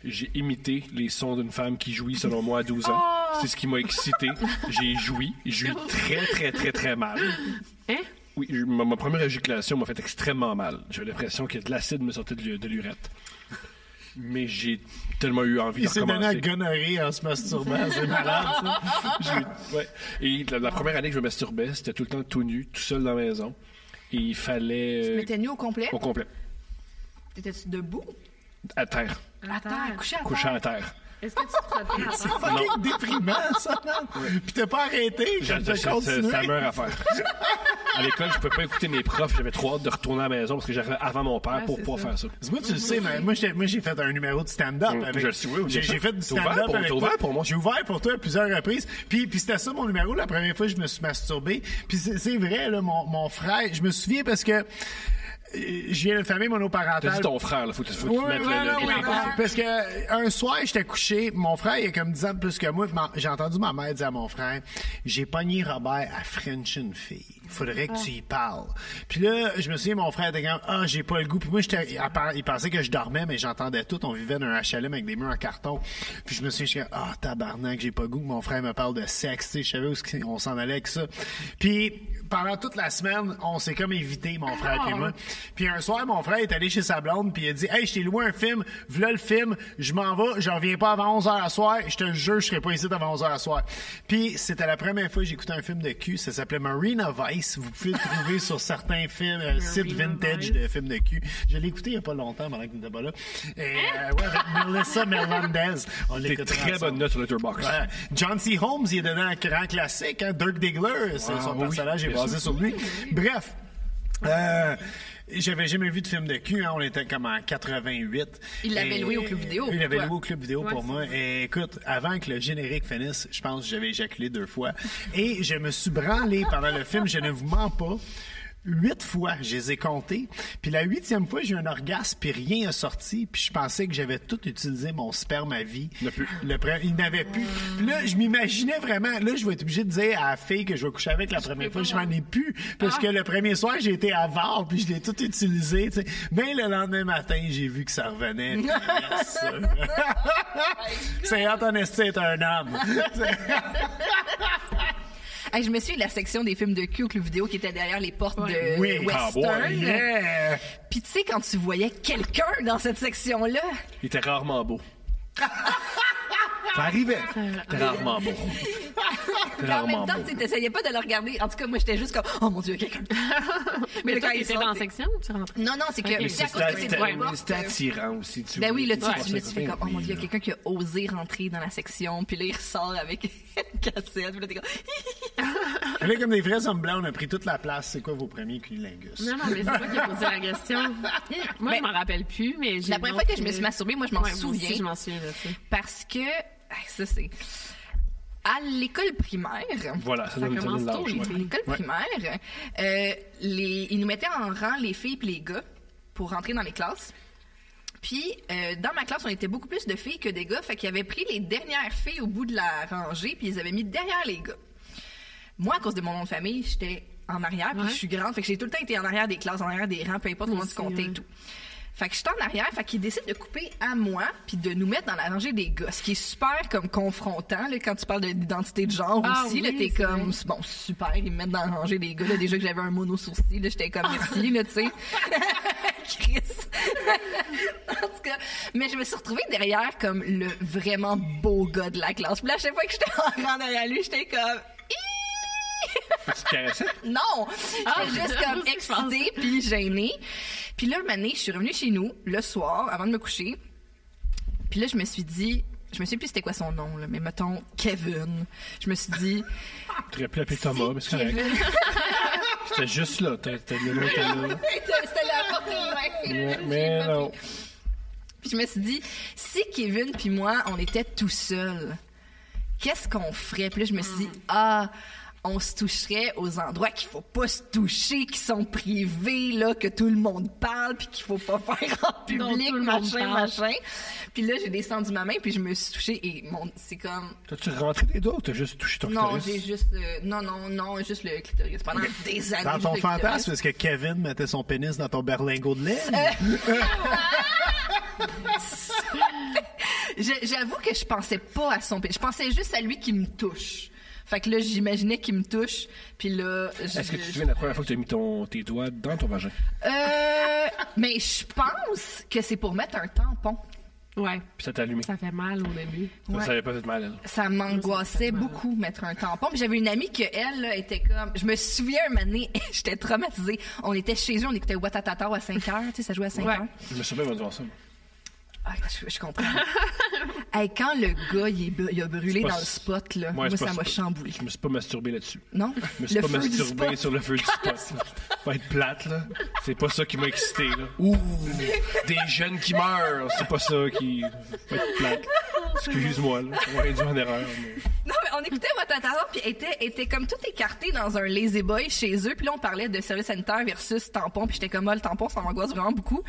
J'ai imité les sons d'une femme qui jouit, selon moi, à 12 ans. C'est ce qui m'a excité. J'ai joui. J'ai eu très, très, très, très mal. Hein? Oui, je- ma, ma première éjaculation m'a fait extrêmement mal. J'avais l'impression que de l'acide me sortait de, l'u- de l'urette. Mais j'ai tellement eu envie Il de s'est donné à recommencer. gonorrhée en se masturbant. C'est malade, ça. J'ai- ouais. Et la, la première année que je me masturbais, c'était tout le temps tout nu, tout seul dans la maison. Et il fallait. euh, T'étais nu au complet? Au complet. T'étais-tu debout? À terre. À terre, couché à terre. Couchant à terre. Est-ce que tu te protèges? C'est fucking déprimant, ça. Puis t'as pas arrêté. J'ai- T'as ça- ça- continué. ça meurt à faire. À l'école, je pouvais pas écouter mes profs. J'avais trop hâte de retourner à la maison parce que j'arrivais avant mon père pour pouvoir faire ça. Dis-moi, tu le sais, mais moi, j'ai- moi, j'ai fait un numéro de stand-up. Mm, avec- je le sais, oui, oui, J'ai bien sûr. j'ai fait du T'as ouvert stand-up. pour- avec t'as ouvert toi. pour moi. J'ai ouvert pour toi à plusieurs reprises. Puis, puis c'était ça mon numéro la première fois que je me suis masturbé. Puis c'est c'est vrai, là, mon, mon frère, je me souviens parce que euh, je viens d'une famille monoparentale. T'as dit ton frère, là. Faut, que- faut que Oui, tu mettes oui, le- le- oui, le- oui. Parce que euh, un soir, j'étais couché, mon frère, il a comme 10 ans de plus que moi, puis ma- j'ai entendu ma mère dire à mon frère, j'ai pogné Robert à French une fille. Faudrait que tu y parles. Puis là, je me souviens, mon frère était comme, ah, j'ai pas le goût. Puis moi, j'étais, il par- il pensait que je dormais, mais j'entendais tout. On vivait dans un HLM avec des murs en carton. Puis je me suis dit, ah, tabarnak, j'ai pas le goût que mon frère me parle de sexe. Tu sais, je savais où est-ce qu'on s'en allait avec ça. Puis pendant toute la semaine, on s'est comme évité, mon frère et moi. Puis un soir, mon frère est allé chez sa blonde, puis il a dit Hey, je t'ai loué un film, voilà le film, je m'en vais, je reviens pas avant 11h à soir, je te jure, je serai pas ici avant 11h à soir. Puis c'était la première fois que j'écoutais un film de cul, ça s'appelait Marina Vice. Vous pouvez le trouver sur certains films, euh, sites Marina vintage Vice. de films de cul. Je l'ai écouté il y a pas longtemps pendant que tu n'étais pas là. Et, Hein? euh, ouais, avec Melissa Melendez. On T'es l'écoutera très ensemble. bonne note sur Letterboxd. Ouais. John C. Holmes, il est dedans un grand classique, hein? Dirk Diggler, c'est- son Ah oui, personnage est bien basé sûr. sur lui. Bref. euh, j'avais jamais vu de film de cul, hein, on était comme en 88. Il l'avait Et- loué au club vidéo, Il l'avait toi. loué au club vidéo pour moi. Et écoute, avant que le générique finisse, je pense que j'avais éjaculé deux fois. Et je me suis branlé pendant le film, je ne vous mens pas. huit fois. Je les ai comptés. Puis la huitième fois, j'ai eu un orgasme, puis rien n'est sorti. Puis je pensais que j'avais tout utilisé mon sperme à vie. Il n'a plus. Le pre- Il n'avait plus. Puis là, je m'imaginais vraiment. Là, je vais être obligé de dire à la fille que je vais coucher avec la première fois, je n'en ai plus. Parce que le premier soir, j'ai été avare, puis je l'ai tout utilisé. tu sais. Mais le lendemain matin, j'ai vu que ça revenait. Puis, yes. C'est hâte en esti d'être un homme. Hey, je me suis de la section des films de cul au club vidéo qui était derrière les portes de Oui. Ah, boy. Euh, Western. Yeah. Puis tu sais, quand tu voyais quelqu'un dans cette section-là, Il était rarement beau. Ça arrivait. Il était rarement beau. T'es en même rarement temps, beau. tu n'essayais pas de le regarder. En tout cas, moi, j'étais juste comme, oh mon Dieu, quelqu'un. Mais le toi, gars, tu il étais sort- dans la section ou tu rentres? Non, non, c'est que, Ok. tu sais, à C'est cause que c'est Ouais. vraiment attirant- c'est attirant aussi. Tu Ben oui, là, tu, Ouais. tu, là, tu fais comme, oh mon dieu, il y a quelqu'un qui a osé rentrer dans la section, puis là, il ressort avec une <laughs> cassette, puis là, t'es comme, Là, comme des vrais hommes blancs, on a pris toute la place. C'est quoi vos premiers cunilingus? Non, non, mais c'est moi qui ai posé la <laughs> question. Moi, Mais- je m'en rappelle plus, mais j'ai. La une première fois que autre- je me suis masturbée, moi, je m'en Ouais, aussi, souviens. je m'en souviens de ça. parce que, ah, ça, c'est, à l'école primaire, Voilà, ça Ça donne ça commence donne tôt, l'âge. les ouais. filles. l'école primaire, euh, les, ils nous mettaient en rang les filles puis les gars pour rentrer dans les classes. Puis, euh, dans ma classe, on était beaucoup plus de filles que des gars, fait qu'ils avaient pris les dernières filles au bout de la rangée, puis ils les avaient mis derrière les gars. Moi, à cause de mon nom de famille, j'étais en arrière, puis Ouais. je suis grande, fait que j'ai tout le temps été en arrière des classes, en arrière des rangs, peu importe comment tu aussi, comptais et ouais. tout. Fait que j'étais en arrière, fait qu'ils décident de couper à moi, puis de nous mettre dans la rangée des gars, ce qui est super comme confrontant, là, quand tu parles de- d'identité de genre Ah aussi, là, oui, t'es c'est comme, vrai. Bon, super, ils me mettent dans la rangée des gars. Là, déjà que j'avais un mono sourcil, là, j'étais comme merci, là, tu sais. <laughs> Chris. <laughs> en tout cas, mais je me suis retrouvée derrière comme le vraiment beau gars de la classe. Puis là, à chaque fois que j'étais en rang derrière lui, j'étais comme Tu te caressais? non! Ah, <laughs> J'étais juste je comme sais, je pense. excitée puis gênée. Puis là, une année, je suis revenue chez nous le soir avant de me coucher. Puis là, je me suis dit, je me souviens plus c'était quoi son nom, là, mais mettons Kevin. Je me suis dit, Tu aurais pu l'appeler Thomas, Ah, mais c'est correct. Kevin. C'était juste là. t'as- t'as- le nom était <laughs> là. C'était la porte ouverte. Mais- Mais non. Puis je me suis dit, si Kevin puis moi, on était tout seuls, qu'est-ce qu'on ferait? Puis là, je me suis dit, ah, on se toucherait aux endroits qu'il faut pas se toucher, qui sont privés, là, que tout le monde parle, puis qu'il faut pas faire en public, tout le monde machin, parle. machin. Puis là, j'ai descendu ma main, puis je me suis touchée, et mon, c'est comme, T'as-tu rentré tes doigts ou t'as juste touché ton non, clitoris? j'ai juste, euh, non, non, non, juste le clitoris. Pendant des années, Dans juste ton le clitoris. fantasme, est-ce que Kevin mettait son pénis dans ton berlingot de lait? Je- J'avoue que je pensais pas à son pénis. Je pensais juste à lui qui me touche. Fait que là, j'imaginais qu'il me touche. Puis là, je- Est-ce que tu te souviens de la première fois que tu as mis ton, tes doigts dans ton vagin? Euh, mais je pense que c'est pour mettre un tampon. Ouais. Puis ça t'a allumé. Ça fait mal au début. Ouais. Ça avait pas fait mal, elle. Ça m'angoissait beaucoup mettre un tampon. Puis j'avais une amie que elle là, était comme, je me souviens un moment donné, <laughs> j'étais traumatisée. On était chez eux, on écoutait Watatata à 5 heures, tu sais, ça jouait à 5 heures. Je me souviens de voir ça. Ah, je, je comprends. Hey, quand le gars il, est bu- il a brûlé C'est pas dans le s- spot là, Ouais, moi c'est pas- ça m'a chamboulé. Je me suis pas masturbé là-dessus. Non, Je me suis pas feu du masturbé spot. sur le feu <laughs> du spot. Ça va être plate, là. C'est pas ça qui m'a excité, là. Ouh! Des jeunes qui meurent! C'est pas ça qui va être <laughs> plate. Excuse-moi, là. On va induire en erreur. mais- Non, mais on écoutait Watatata, puis était, était comme tout écarté dans un lazy boy chez eux. Puis là, on parlait de service sanitaire versus tampon. Puis j'étais comme, ah, le tampon, ça m'angoisse vraiment beaucoup.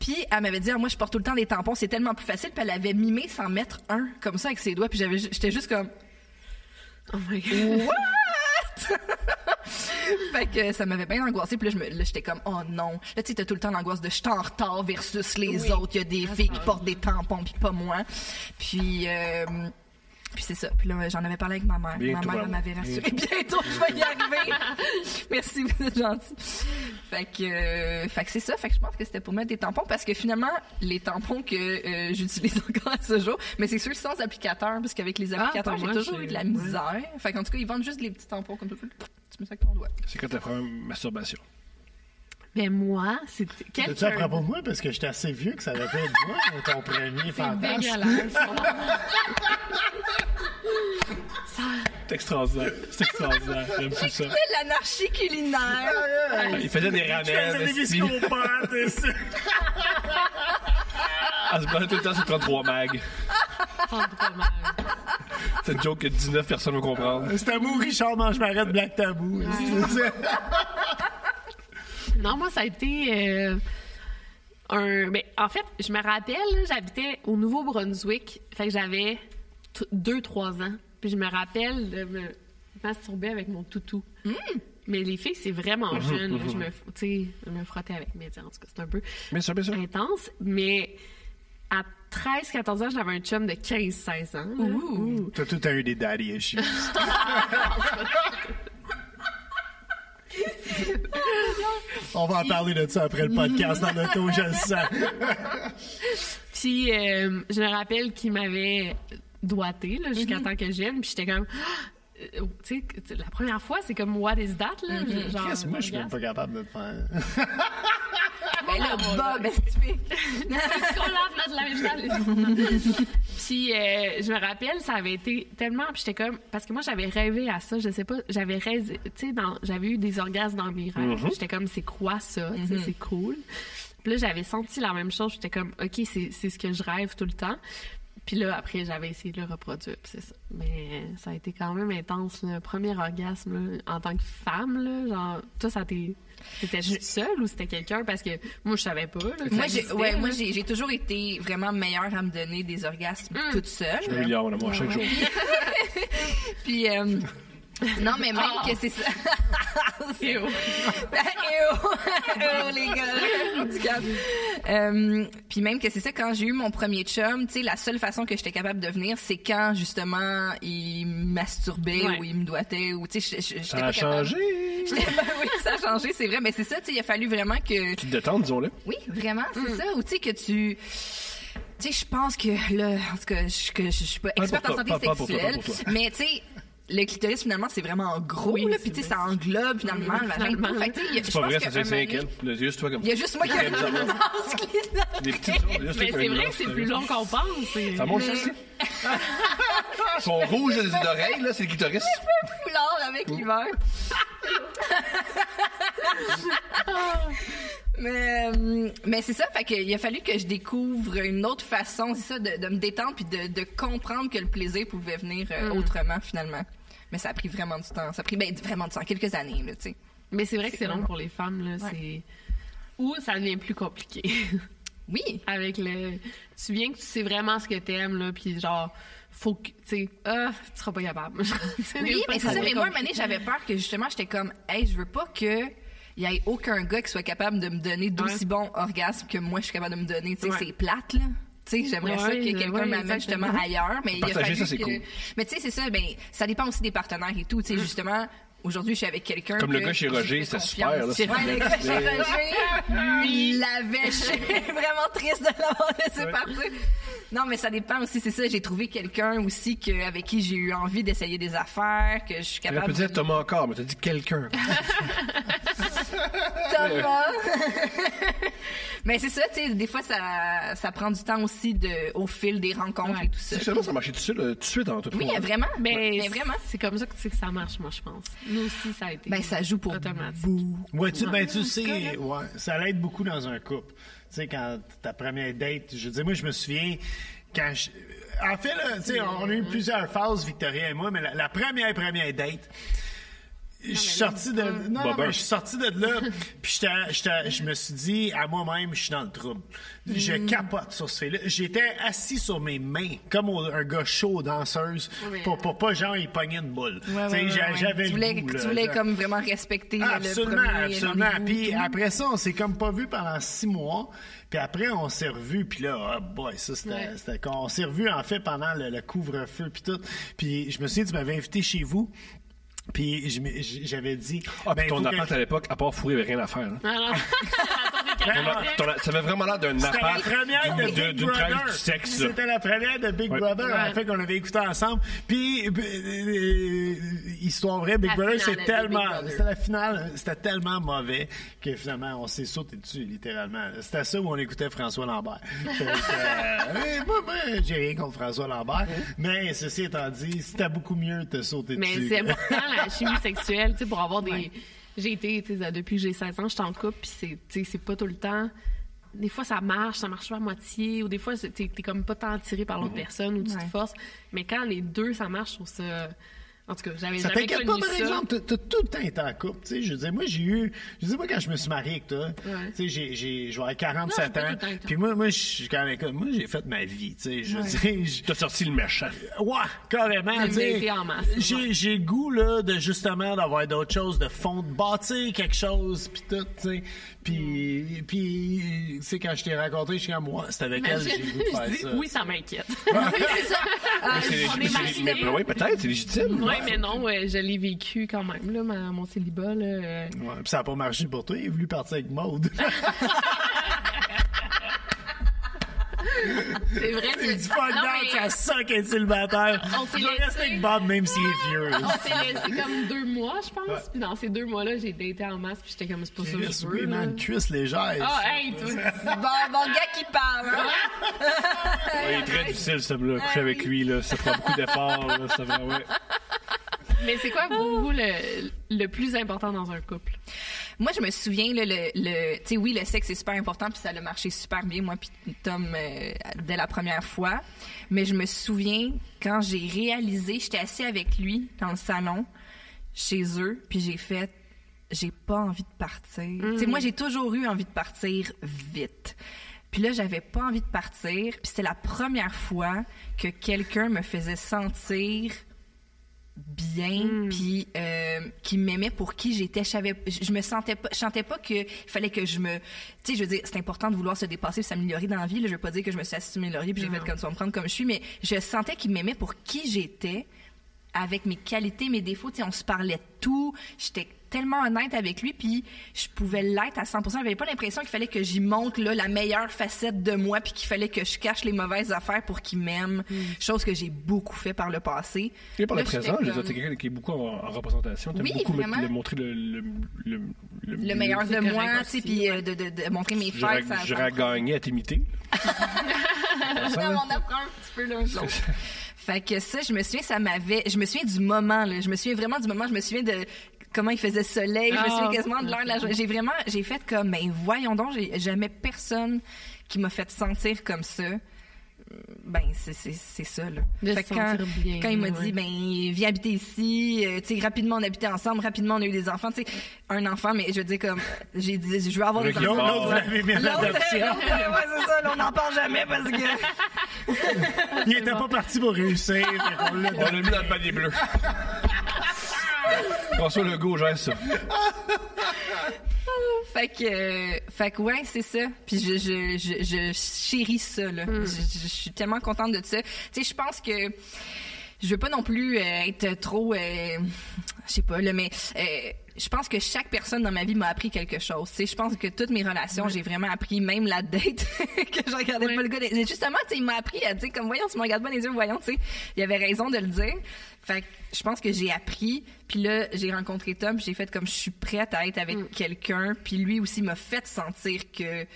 Puis elle m'avait dit, Ah, moi, je porte tout le temps des tampons, c'est tellement plus facile. Puis elle avait mimé sans mettre un, comme ça, avec ses doigts. Puis j'avais, ju- j'étais juste comme, Oh my god. fait que ça m'avait bien angoissé. Puis là, je me- là, j'étais comme, oh non. Là, tu sais, t'as tout le temps l'angoisse de je suis en retard versus les autres. Il y a des filles qui portent des tampons, puis pas moi. Puis. euh, puis c'est ça. Puis là, j'en avais parlé avec ma mère. Bientôt, ma mère maman. elle m'avait rassurée. Bientôt, je vais y arriver. <laughs> Merci, vous êtes gentils. Fait que, euh, fait que c'est ça. Fait que je pense que c'était pour mettre des tampons parce que finalement, les tampons que euh, j'utilise <laughs> encore à ce jour, mais c'est ceux sans applicateur parce qu'avec les applicateurs, Ah, pas j'ai moi, toujours j'ai- eu de la ouais. misère. Fait qu'en tout cas, ils vendent juste des petits tampons comme ça. Tu mets ça avec ton doigt. C'est quand ta première masturbation. Mais moi, c'est T'as-tu à quelqu'un. propos de moi? Parce que j'étais assez vieux que ça avait fait de moi, ton premier fantasme. Dégueulasse. C'est extraordinaire. C'est extraordinaire. J'aime tout ça. C'était l'anarchie culinaire. Il faisait des Je faisais ramènes. des <laughs> esti. biscopates, et ça. Elle se balade tout le temps sur 33 mag. C'est une joke que 19 personnes vont comprendre. C'est un mot Richard mange Black Tabou. esti. Non, moi, ça a été euh, un. ben, en fait, je me rappelle, là, j'habitais au Nouveau-Brunswick. Fait que j'avais 2-3 ans. Puis je me rappelle de me masturber avec mon toutou. Mais les filles, c'est vraiment jeune. là. je, me, f- tu sais, je me frottais avec. Mais en tout cas, c'est un peu Bien sûr, bien sûr. intense. Mais à 13-14 ans, j'avais un chum de 15-16 ans. là. T'as tout un eu des daddy issues. On va en parler de ça après le podcast dans l'auto, je le sens. Puis euh, je me rappelle qu'il m'avait doigté là, jusqu'à temps que je vienne. Puis j'étais comme. Ah! Euh, Tu sais, que- la première fois, c'est comme What is that? Là? Genre, Qu'est-ce que moi, je suis même pas capable de te faire. Ah, Ben là, Bob, est-ce que tu fais? Est-ce qu'on lave notre linge dans les- Puis euh, je me rappelle, ça avait été tellement. Puis j'étais comme. Parce que moi, j'avais rêvé à ça. Je sais pas. J'avais rêvé. Tu sais, dans- j'avais eu des orgasmes dans mes rêves. J'étais comme, c'est quoi ça? Tu sais, Mhm. c'est cool. Puis là, j'avais senti la même chose. J'étais comme, OK, c'est c'est ce que je rêve tout le temps. Puis là, après, j'avais essayé de le reproduire. puis c'est ça. Mais euh, ça a été quand même intense. Le premier orgasme, là, en tant que femme, là, genre, toi, ça t'est. T'étais juste seule ou c'était quelqu'un? Parce que moi, je savais pas. là, que ça Moi, j'ai, existait, ouais, là. moi j'ai, j'ai toujours été vraiment meilleure à me donner des orgasmes Mm. toute seule. Un milliard, là, moi, chaque jour. Puis, euh, non, mais même que c'est ça. Ah. <laughs> <laughs> Ew. Ben, ew. Ew, les gars. Handicap. Euh, puis même que c'est ça, quand j'ai eu mon premier chum, tu sais, la seule façon que j'étais capable de venir, c'est quand, justement, il masturbait Ouais. ou il me doigtait ou, tu sais, je- je- j'étais Ça a pas capable. <laughs> changé. J'étais pas- oui, ça a changé, c'est vrai. Mais c'est ça, tu sais, il a fallu vraiment que... Petite détente, disons-le. Oui, vraiment, Mm. c'est ça. Ou tu sais que tu... Tu sais, je pense que là, en tout cas, je, que je, je suis pas pour experte en toi, santé pas- pas pour toi, sexuelle, pas pour toi. mais tu sais, le clitoris finalement, c'est vraiment gros, Oui, là, c'est puis tu sais, vrai. ça englobe finalement le vagin. et tout. Finalement, Fait que, tu sais, il y a- je Mm, C'est pas pense vrai, que ça un c'est moment donné, cinq elle. Là, Juste toi comme Il y a juste moi qui ai une tendance clitoris. Des petites choses, juste Mais toi, c'est t'as vrai une que c'est grosse- plus long qu'on pense. c'est- Ça monte ça? Son rouge des oreilles, là, c'est le clitoris. foulard avec l'hiver. mais euh, mais c'est ça, fait que il a fallu que je découvre une autre façon, c'est ça, de, de me détendre puis de, de comprendre que le plaisir pouvait venir euh, autrement finalement. Mais ça a pris vraiment du temps. Ça a pris ben, vraiment du temps, quelques années, là, tu sais. Mais c'est vrai que c'est long pour les femmes. Là, c'est... Ou ça devient plus compliqué. <laughs> Oui. Avec le. Tu viens que tu sais vraiment ce que t'aimes, là, puis genre, faut que. Tu sais, ah, tu seras pas capable. <laughs> Oui, mais c'est ça. Mais moi, un moment donné, j'avais peur que justement, j'étais comme, hey, je veux pas que il y ait aucun gars qui soit capable de me donner d'aussi Ouais. bons orgasmes que moi, je suis capable de me donner. Tu sais, Ouais. c'est plate, là. Tu sais, j'aimerais ça Ouais, que quelqu'un ouais, m'amène exactement. justement ailleurs, mais il a Partager, fallu ça, c'est que... cool. Mais tu sais, c'est ça, ben, ça dépend aussi des partenaires et tout. Tu sais, Mm. justement, aujourd'hui, je suis avec quelqu'un Comme le que gars chez j'ai Roger, fait c'était confiance. super, là, Ouais, sur le gars chez Roger, il l'avait. Je suis vraiment triste de l'avoir laissé partir. Non, mais ça dépend aussi, c'est ça. J'ai trouvé quelqu'un aussi que, avec qui j'ai eu envie d'essayer des affaires, que je suis Elle capable peut dire de... Thomas encore, mais t'as dit quelqu'un. Thomas. <laughs> mais c'est ça, tu sais, des fois, ça, ça prend du temps aussi de, au fil des rencontres Ouais. et tout ça. Seulement, ça marchait tout seul, euh, tout de suite en tout Oui, vraiment. Mais, mais vraiment. C'est comme ça que tu sais que ça marche, moi, je pense. Nous aussi, ça a été. Ben, ça joue pour automatique. Ouais, tu, ben, tu correct. sais, ouais, ça l'aide beaucoup dans un couple. Tu sais, quand ta première date, je veux dire, moi, je me souviens, quand je- En fait, là, tu sais, on a eu plusieurs phases, Victoria et moi, mais la, la première, première date, je suis sorti de... Non, non, Bobber. mais je suis sorti de <laughs> là, puis j'étais- j'étais- je me suis dit à moi-même, je suis dans le trouble. Je Mm. capote sur ce fait-là. J'étais assis sur mes mains, comme au- un gars chaud danseuse, Oui. pour, pour pas, genre, il pognait une boule. Ouais, Tu sais, ouais, ouais, j'a- ouais. j'avais tu le voulais, goût, tu là, voulais genre. comme vraiment respecter le Absolument, premier absolument. rendez-vous, Puis tout. après ça, on s'est comme pas vu pendant six mois. Puis après, on s'est revus. Puis là, ah boy, ça, c'était, Ouais. c'était con. On s'est revus, en fait, pendant le, le couvre-feu, puis tout. Puis je me souviens, tu m'avais invité chez vous. Puis je me- j- j'avais dit... ben, Ah, puis ton faut que- Ah, appart à l'époque, à part fourrer, avait rien à faire. hein. là. <laughs> Alors, Ton- ton- Ça avait vraiment l'air d'un C'était la appart première de d'une- d'une Big d'une Brother. trêve du sexe. là. C'était la première de Big Ouais. Brother, Ouais. en fait, qu'on avait écouté ensemble. Puis, euh, euh, histoire vraie, Big La Brother, finale c'est de tellement. Big Brother. C'était la finale, c'était tellement mauvais que finalement, on s'est sauté dessus, littéralement. là. C'était ça où on écoutait François Lambert. <laughs> Fait que, euh, moi, moi, j'ai rien contre François Lambert. Mais ceci étant dit, c'était beaucoup mieux de te sauter Mais dessus. c'est important, la chimie sexuelle, tu sais, pour avoir des. J'ai été, tu sais, depuis que j'ai 16 ans, je suis en couple, puis c'est, tu sais, c'est pas tout le temps. Des fois, ça marche, ça marche pas à moitié, ou des fois, Mm-hmm. c'est- t'es t'es comme pas tant attiré par l'autre personne, ou tu te forces. Mais quand les deux, ça marche, je trouve ça En tout cas, j'avais Ça jamais connu t'inquiète pas, par ça. exemple, <laughs> t'as t'as tout le temps été en couple, tu sais. Je veux dire, moi, j'ai eu. Je veux dire, moi, quand je me suis marié avec toi, tu sais, j'ai- j'ai. Je vais avoir Non, 47 j'ai pas ans. tout le temps été en Puis moi, moi, je suis quand même. comme- Moi, j'ai fait ma vie, tu sais. Je veux dire, je- T'as sorti le méchant. Ouais, carrément. Mais tu sais. été en masse, ouais. J'ai j'ai le goût là, de justement d'avoir d'autres choses, de fond, de bâtir quelque chose, puis tout, tu sais. Puis, puis, tu sais, quand je t'ai raconté, je suis comme, ouais, c'est avec elle, j'ai le goût de Imagine, faire je dis, ça. oui, <laughs> ça m'inquiète. <laughs> C'est ça. Ah, C'est on est légitime. mariés. Mais oui, peut-être, c'est légitime. Oui, mais non, euh, je l'ai vécu quand même, là, ma- mon célibat. Là, euh. Ouais, puis ça a pas marché pour toi, il est voulu partir avec Maude. C'est vrai. <laughs> Il dit, fuck Non, that, mais- ça suck être célibataire. <laughs> On s'est Je vais laissé. Ah, rester avec Bob même s'il est vieux. On s'est laissé comme deux mois, je pense. Puis dans ces deux mois-là, j'ai daté en masse, puis j'étais comme, c'est pas ça que Chris, je veux. oui, là. man, cuisse légère. Ah, hey, toi! Bon, bon gars qui parle. <laughs> hein? Ouais, il est très difficile, ce là Ah Coucher avec lui, là, ça prend beaucoup d'efforts. là, ça va, ouais. Mais c'est quoi pour vous le, le plus important dans un couple? Moi, je me souviens, là, le, le, tu sais, oui, le sexe est super important, puis ça a marché super bien, moi, puis Tom, euh, dès la première fois. Mais je me souviens, quand j'ai réalisé, j'étais assise avec lui dans le salon, chez eux, puis j'ai fait, j'ai pas envie de partir. Tu sais, moi, j'ai toujours eu envie de partir vite. Puis là, j'avais pas envie de partir, puis c'était la première fois que quelqu'un me faisait sentir bien puis euh, qui m'aimait pour qui j'étais je savais je je me sentais pas je sentais pas que il fallait que je me tu sais je veux dire c'est important de vouloir se dépasser puis s'améliorer dans la vie là, je veux pas dire que je me suis assise sur mes lauriers puis j'ai fait comme ça me prendre comme je suis mais je sentais qu'il m'aimait pour qui j'étais avec mes qualités mes défauts tu sais on se parlait de tout j'étais tellement honnête avec lui puis je pouvais l'être à 100% j'avais pas l'impression qu'il fallait que j'y montre là la meilleure facette de moi puis qu'il fallait que je cache les mauvaises affaires pour qu'il m'aime chose que j'ai beaucoup fait par le passé Et par le Là, j'étais présent, je veux comme- dire, t'es quelqu'un qui est beaucoup en, en représentation. T'aimes Oui, beaucoup me- vraiment. de montrer le, le, le, le meilleur de correct moi, tu aussi, sais, puis euh, de, de, de montrer mes J'aurais failles. ça- ça- j'aurais gagné à <laughs> t'imiter. Non, mais on apprend un petit peu l'un de l'autre. Fait que ça, je me souviens, ça m'avait. Je me souviens du moment, là. Je me souviens vraiment du moment. Je me souviens de comment il faisait soleil. Je me souviens Ah. quasiment de l'heure de la journée. J'ai vraiment, j'ai fait comme, mais voyons donc, j'ai jamais personne qui m'a fait sentir comme ça. Ben, c'est- c'est c'est ça, là. De se quand, sentir bien, quand il m'a ouais. dit, ben, viens habiter ici, euh, tu sais, rapidement, on habitait ensemble, rapidement, on a eu des enfants, tu sais, un enfant, mais je veux dire, comme, j'ai dit, je veux avoir Le des enfants. guillaume, L'autre, vous l'avez mis en L'autre, adoption. euh, ouais, c'est ça, là, on n'en parle jamais parce que. Il était pas parti pour réussir. fait qu'on <laughs> l'a <laughs> On l'a mis dans le panier bleu. <laughs> François Legault gère ça. <laughs> Fait que, euh, fait que ouais, c'est ça. Puis je, je, je, je chéris ça, là. Je, je- je suis tellement contente de ça. Tu sais, je pense que je veux pas non plus euh, être trop, euh, je sais pas, là, mais euh, je pense que chaque personne dans ma vie m'a appris quelque chose. Tu sais, je pense que toutes mes relations, j'ai vraiment appris, même la date <laughs> que je regardais pas le gars. Mais Justement, tu sais, il m'a appris à dire comme voyons, tu me regardes pas dans les yeux, voyons, tu sais, il avait raison de le dire. Fait que je pense que j'ai appris. Puis là, j'ai rencontré Tom, puis j'ai fait comme je suis prête à être avec quelqu'un. Puis lui aussi m'a fait sentir que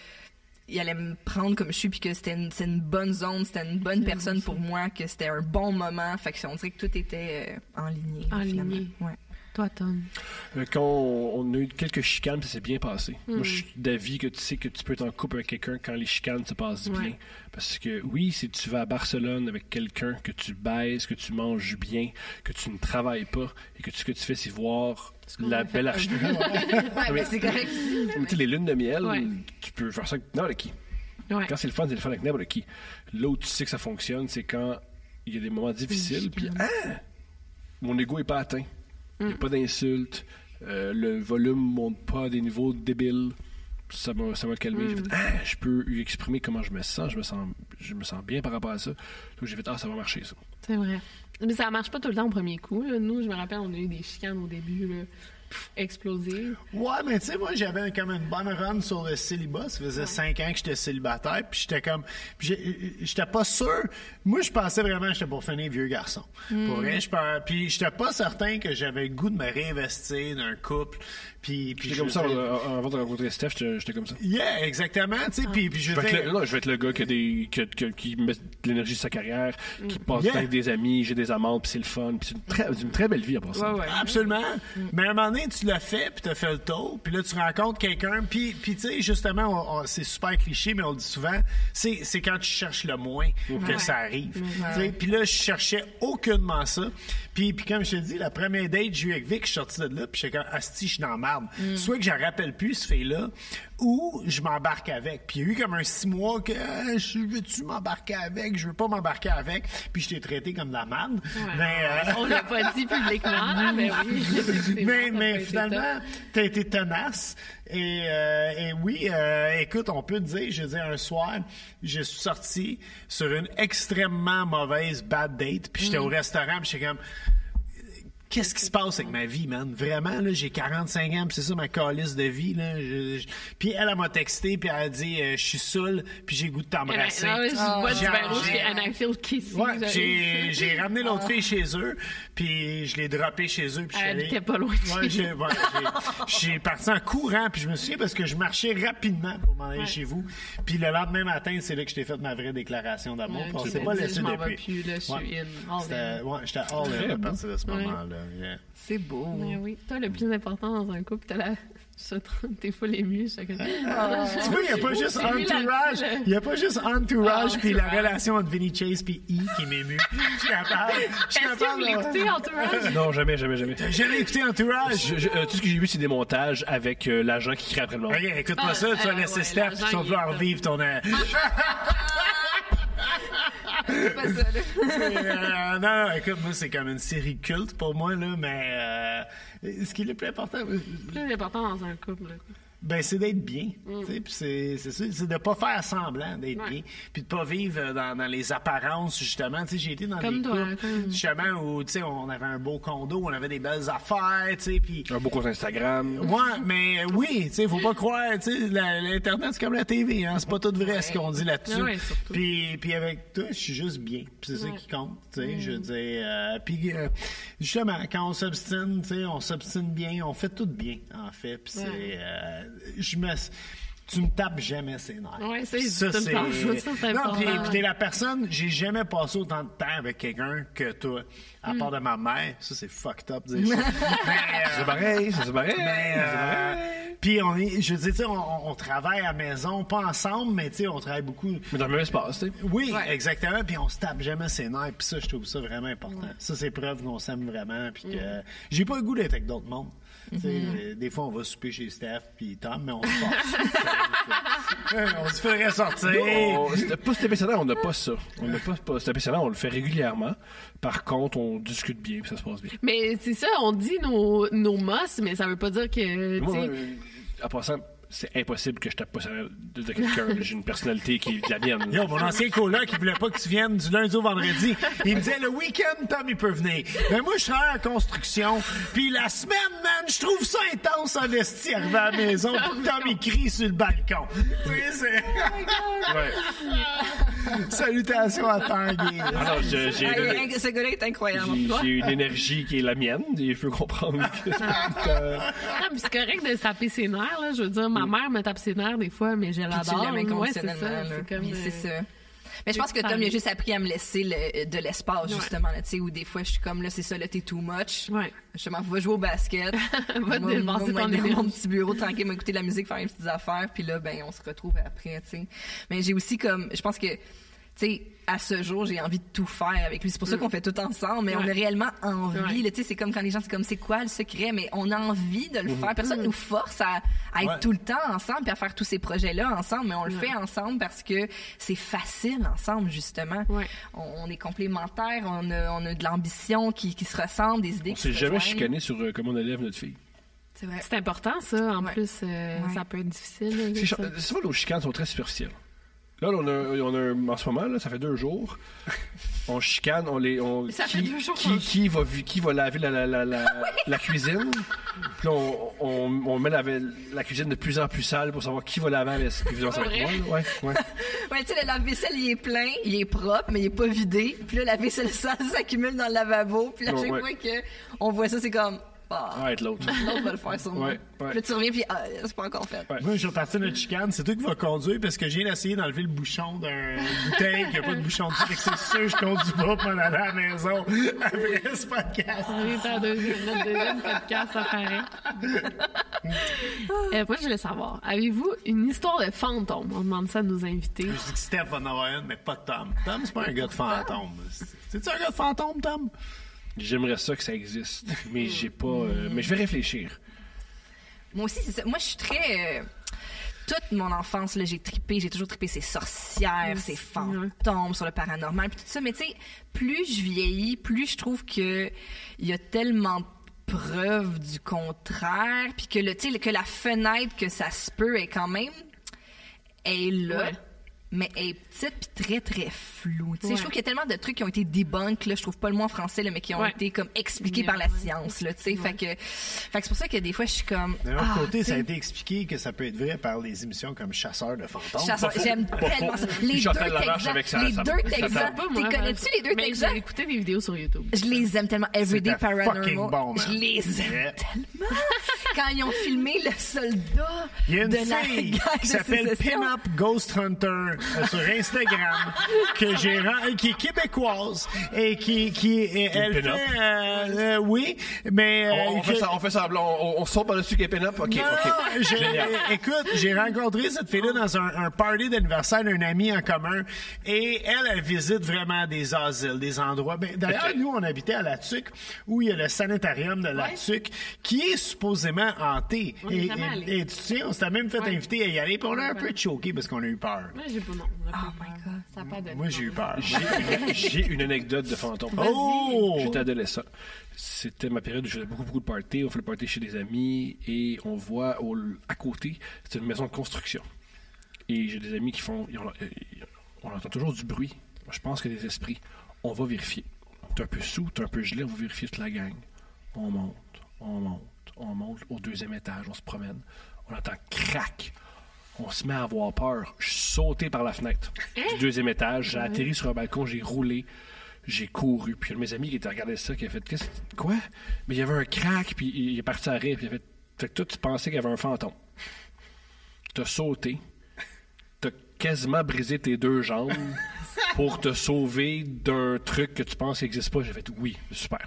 il allait me prendre comme je suis, puis que c'était une, c'était une bonne zone, c'était une bonne personne pour moi, que c'était un bon moment. Fait que on dirait que tout était euh, en ligne. En finalement. ligne. Ouais. Toi, Tom. Euh, Quand on, on a eu quelques chicanes, ça s'est bien passé. Moi, je suis d'avis que tu sais que tu peux être en couple avec quelqu'un quand les chicanes se passent bien. Parce que oui, si tu vas à Barcelone avec quelqu'un, que tu baises, que tu manges bien, que tu ne travailles pas, et que tout ce que tu fais, c'est voir la belle architecture. <laughs> Ouais, mais c'est <laughs> correct. Tu sais, les lunes de miel, Ouais. tu peux faire ça avec n'importe qui. Ouais. Quand c'est le fun, c'est le fun avec n'importe qui. Là où tu sais que ça fonctionne, c'est quand il y a des moments difficiles, puis ah, mon ego est pas atteint. Il n'y a pas d'insultes. euh, le volume monte pas à des niveaux débiles. Ça m'a, ça m'a calmé. J'ai fait, ah, je peux lui exprimer comment je me sens. Je me sens, je me sens bien par rapport à ça. Donc j'ai fait, ah, ça va marcher, ça. C'est vrai. Mais ça marche pas tout le temps au premier coup. Là. Nous, je me rappelle, on a eu des chicanes au début, là, pff, explosives. Ouais, mais tu sais, moi, j'avais un- comme une bonne run sur le célibat. Ça faisait cinq ans que j'étais célibataire, puis j'étais comme... puis j'ai- j'étais pas sûr. Moi, je pensais vraiment que j'étais pour finir vieux garçon. Hmm. Pour rien, je pens- Puis j'étais pas certain que j'avais le goût de me réinvestir d'un couple. Puis, puis J'étais je comme ça, veux en- dire- en- avant de rencontrer Steph, j'étais, j'étais comme ça. Yeah, exactement, tu sais, puis, puis je Je veux vais, être dire... le, non, je vais être le gars qui, a des, qui, a- qui a- qui met de l'énergie sur sa carrière, qui passe Yeah. avec des amis, j'ai des amants, puis c'est le fun, puis c'est une très, une très belle vie à part ça. Ouais, Mm. ouais. Absolument. Mais à un moment donné, matin, tu l'as fait, puis t'as fait le tour, puis là, tu rencontres quelqu'un, puis, puis tu sais, justement, on- on- c'est super cliché, mais on le dit souvent, c'est c'est quand tu cherches le moins que ça arrive. Tu sais, Puis là, je cherchais aucunement ça. Puis, puis comme je te dis, la première date, j'ai eu avec Vic, je suis sorti de là, puis j'étais comme, asti, je suis dans la marde. Mm. Soit que je rappelle plus ce fait-là, ou je m'embarque avec. Puis il y a eu comme un six mois que, Ah, je veux-tu m'embarquer avec, je veux pas m'embarquer avec, puis je t'ai traité comme de la marde. Mais, euh, <laughs> On l'a pas <laughs> dit publiquement, mais oui. effectivement, mais, ça mais peut être finalement, top. t'as été tenace. Et, euh, et oui, euh, écoute, on peut te dire, je veux dire, un soir, je suis sorti sur une extrêmement mauvaise bad date. Puis j'étais au Mm. restaurant, puis j'étais comme... Qu'est-ce qui se passe avec ma vie, man? Vraiment, là, j'ai 45 ans, puis c'est ça ma calice de vie, là. Je- je- Puis elle, elle m'a texté, puis elle a dit, euh, je suis saoul, puis j'ai le goût de Eh ben, t'embrasser. ah ouais, Je bois du Genre, vin rouge j'ai- puis Anaphil Kissy. Ouais, puis j'ai, j'ai ramené l'autre fille chez eux, puis je l'ai droppée chez eux. Puis je suis Ah. Elle allé- était pas loin de chez Ouais, j'ai, ouais, j'ai, j'ai parti en courant, puis je me souviens parce que je marchais rapidement pour m'en aller chez vous. Puis le lendemain matin, c'est là que je t'ai fait ma vraie déclaration d'amour. Ouais, puis on tu s'est m'as pas dit, laissé je m'en vais depuis. plus, là, je suis in, all C'était- in. ouais, j'étais all in à partir de ce Ouais. moment-là. yeah. C'est beau. Mais Eh oui, toi, le plus important dans un couple, t'as la. je trouve- T'es full ému. je- Ah, Tu vois, il n'y a pas juste c'est lui, la- Entourage, il y a pas juste Entourage, Ah, puis la Entourage. relation entre Vinny Chase puis E qui m'émue. Je suis ah, capable. Je suis Est-ce que vous capable. l'écoutez, Entourage? Non, jamais, jamais, jamais. J'ai jamais écouté Entourage. Je- je- euh, tout ce que j'ai vu, c'est des montages avec euh, l'agent qui crie après le monde. Regarde, écoute-moi Ah, ça, tu vas euh, laisser ouais, Steph, l'argent, tu vas il est vouloir comme- vivre ton... <laughs> euh, Pas ça, là. euh, non, non, écoute, moi, c'est comme une série culte pour moi, là, mais euh, ce qui est le plus important, euh, Le plus important dans un couple, là. ben, c'est d'être bien, tu sais, puis c'est c'est ça, c'est de pas faire semblant d'être Mm. Ouais. bien, puis de pas vivre euh, dans, dans les apparences, justement, tu sais, j'ai été dans Comme des toi, couples, comme- justement, où, tu sais, on avait un beau condo, on avait des belles affaires, tu sais, puis... Un beau compte Instagram. Ouais, mais euh, oui, tu sais, faut pas croire, tu sais, la- l'Internet, c'est comme la TV, hein, c'est pas tout vrai ce qu'on dit là-dessus. Ah ouais, surtout. puis, puis avec toi, je suis juste bien, puis c'est ça qui compte, tu sais, je veux Mm. dire. euh, puis euh, justement, quand on s'obstine, tu sais, on s'obstine bien, on fait tout bien, en fait, puis c'est... Ouais. euh, je me... Tu me tapes jamais ses nerfs. Ouais, ça, Puis tu me parles, ça, c'est Non, important. puis, puis t'es la personne, j'ai jamais passé autant de temps avec quelqu'un que toi, à part de ma mère. Ça, c'est fucked up, de dire ça. Mais, euh, C'est pareil, c'est pareil. mais, euh, puis on est, je veux dire, tu sais, on, on travaille à la maison, pas ensemble, mais tu sais, on travaille beaucoup. Mais dans le même espace, tu sais. Oui, exactement. Puis on se tape jamais ses nerfs. Puis ça, je trouve ça vraiment important. Ça, c'est preuve qu'on s'aime vraiment. Puis que j'ai pas le goût d'être avec d'autres mondes. Tu sais, euh, Des fois, on va souper chez Steph puis Tom, mais on se passe. Euh, <laughs> on se ferait sortir. On- c'était pas cet épisode-là, on n'a pas ça. On n'a pas, pas cet épisode-là, on le fait régulièrement. Par contre, on discute bien, puis ça se passe bien. Mais c'est ça, on dit nos, nos mosses, mais ça veut pas dire que. tu Moi, sais, euh, en passant, c'est impossible que je tape pas sur la- de, de quelqu'un. J'ai une personnalité qui est de la mienne. Yo, mon ancien coloc, il voulait pas que tu viennes du lundi au vendredi. Il me disait, le week-end, Tom, il peut venir. Mais moi, je travaille en construction. Puis la semaine, man, je trouve ça intense en esti, arrivé à la maison. Puis Tom, il crie sur le balcon. Tu sais, c'est... Ouais. Salutations à Tanguy. Ah non, je- j'ai Ah, il une- est inc- ce gars-là est incroyable. j'ai- j'ai une énergie qui est la mienne, et je peux comprendre que Ah, mais c'est correct de se taper ses nerfs, là. Je veux dire, ma mère me tape ses nerfs des fois, mais je Mm. Puis tu l'adore. l'aimes Ouais, c'est ça. inconditionnellement, là. C'est comme. Puis euh, c'est ça. Mais je pense que Tom, il a juste appris à me laisser le- de l'espace, justement, là, tu sais, où des fois, je suis comme, là, c'est ça, là, t'es too much. Ouais. Justement, va jouer au basket. <laughs> Va te Moi, dépenser moi, ton moi, dans mon énergie. petit bureau, tranquille, m'écouter de la musique, faire mes petites affaires, puis là, ben, on se retrouve après, tu sais. Mais j'ai aussi comme, je pense que, tu sais, à ce jour, j'ai envie de tout faire avec lui. C'est pour ça qu'on fait tout ensemble, mais on a Mm. Ouais. réellement envie, Ouais. là, tu sais, c'est comme quand les gens, c'est comme, c'est quoi le secret? Mais on a envie de Mhm. le faire. Personne nous force à, à être Ouais. tout le temps ensemble, puis à faire tous ces projets-là ensemble, mais on le fait ensemble parce que c'est facile ensemble, justement. Ouais. On, on est complémentaires, on a, on a de l'ambition qui, qui se ressemble, des idées on qui s'est se jamais rejoignent. chicané sur euh, comment on élève notre fille. C'est vrai. C'est important, ça. En Ouais. plus, euh, Ouais. ça peut être difficile. C'est ça. ch- souvent, nos chicanes sont très superficielles. Là, on a, euh, on a un- en ce moment, là, ça fait deux <laughs> jours, on chicane, on les, on, Ça qui, fait deux jours qu'on- qui, Ah qui va, vi- qui va laver la, la, la, la, la cuisine. Puis là, on, on, on met la, la cuisine de plus en plus sale pour savoir qui va laver. Mais évidemment, ça va être moi. là. Ouais, ouais. Ouais, tu sais, le lave-vaisselle, il est plein, il est propre, mais il est pas <laughs> vidé. Puis là, la vaisselle sale s'accumule dans le lavabo. Puis là, à Ouais, chaque ouais. fois que on voit ça, c'est comme, pas. Ah, être l'autre. L'autre va le faire sûrement. Ouais, ouais. Puis là, tu reviens, puis ah, c'est pas encore fait. Moi, je suis reparti de notre chicane. C'est toi qui vas conduire parce que j'ai essayé d'enlever le bouchon d'un bouteille qui a pas de bouchon dessus. Fait que c'est sûr que je conduis pas pour m'en aller à la maison après ce podcast. On est à deuxième, notre deuxième podcast, ça paraît. <laughs> Euh, moi, je voulais savoir, avez-vous une histoire de fantôme? On demande ça à nos invités. Je dis que Steph va en avoir une, mais pas Tom. Tom, c'est pas un gars de fantôme. C'est-tu un gars de fantôme, Tom? Ah, J'aimerais ça que ça existe, mais j'ai pas. euh, mais je vais réfléchir. Moi aussi, c'est ça. Moi, je suis très. euh, Toute mon enfance, là, j'ai trippé, j'ai toujours trippé ces sorcières, ces fantômes sur le paranormal, puis tout ça. Mais tu sais, plus je vieillis, plus je trouve que il y a tellement de preuves du contraire, puis que le, tu sais, que la fenêtre que ça se peut est quand même elle est là. Ouais. Mais elle est petite puis très très floue. Tu sais, Ouais. Je trouve qu'il y a tellement de trucs qui ont été debunk, là, je trouve pas le mot en français, là, mais qui ont Ouais. été comme expliqués par la science. Là, tu sais. fait que, fait que c'est pour ça que des fois je suis comme. D'un autre ah, côté, tu sais, ça a été expliqué que ça peut être vrai par des émissions comme Chasseurs de fantômes. Chasseur, j'aime tellement ça. Les deux Chantal Lamarche avec Texans. sa- Les sa- deux sa- Texans. Pas T'es moi, hein. connais-tu les deux mais Texans? J'ai écouté des vidéos sur YouTube. Je les aime tellement. Everyday C'était Paranormal. fucking bon, man. je les aime Yeah. tellement. Quand ils ont filmé le soldat Il y a une de la fille guerre qui de s'appelle sécession. Pinup Ghost Hunter euh, sur <laughs> Instagram, que j'ai ren- qui est québécoise et qui qui euh, elle fait pin-up. euh, euh, oui, mais euh, On, on fait, que- ça- on fait semblant, on, on saute par-dessus qu'est pin-up. OK, Non, OK. j'ai- Génial. écoute, j'ai rencontré cette fille-là dans un, un party d'anniversaire d'un ami en commun et elle, elle visite vraiment des asiles, des endroits. Ben, D'ailleurs, Ok. nous, on habitait à La Tuque où il y a le sanitarium de La Tuque qui est supposément hanté. On est Et, jamais et- allés. et tu sais, on s'était même fait inviter à y aller, puis on a un peu choqué parce qu'on a eu peur. Moi, j'ai pas non. on a pas Oh my peur. God. Ça a pas donné. Moi, j'ai eu peur. J'ai une- <laughs> J'ai une anecdote de fantôme. Oh! J'étais adolescent. C'était ma période où je faisais beaucoup, beaucoup de parties. On fait le party chez des amis et on voit au- à côté, c'est une maison de construction. Et j'ai des amis qui font. ils ont- euh, ils- on entend toujours du bruit. Je pense que des esprits. On va vérifier. T'es un peu sous, t'es un peu gelé, on va vérifier toute la gang. On monte, on monte, on monte au deuxième étage, on se promène. On entend crac. On se met à avoir peur. Je suis sauté par la fenêtre du deuxième étage. J'ai atterri sur un balcon, j'ai roulé, j'ai couru. Puis un de mes amis qui était regardé ça, qui a fait Qu'est-ce- Quoi Mais il y avait un crack, puis il est parti à rire, puis il a fait Fait que toi, tu pensais qu'il y avait un fantôme. T'as sauté, t'as quasiment brisé tes deux <laughs> jambes pour te sauver d'un truc que tu penses qui n'existe pas. J'ai fait Oui, super.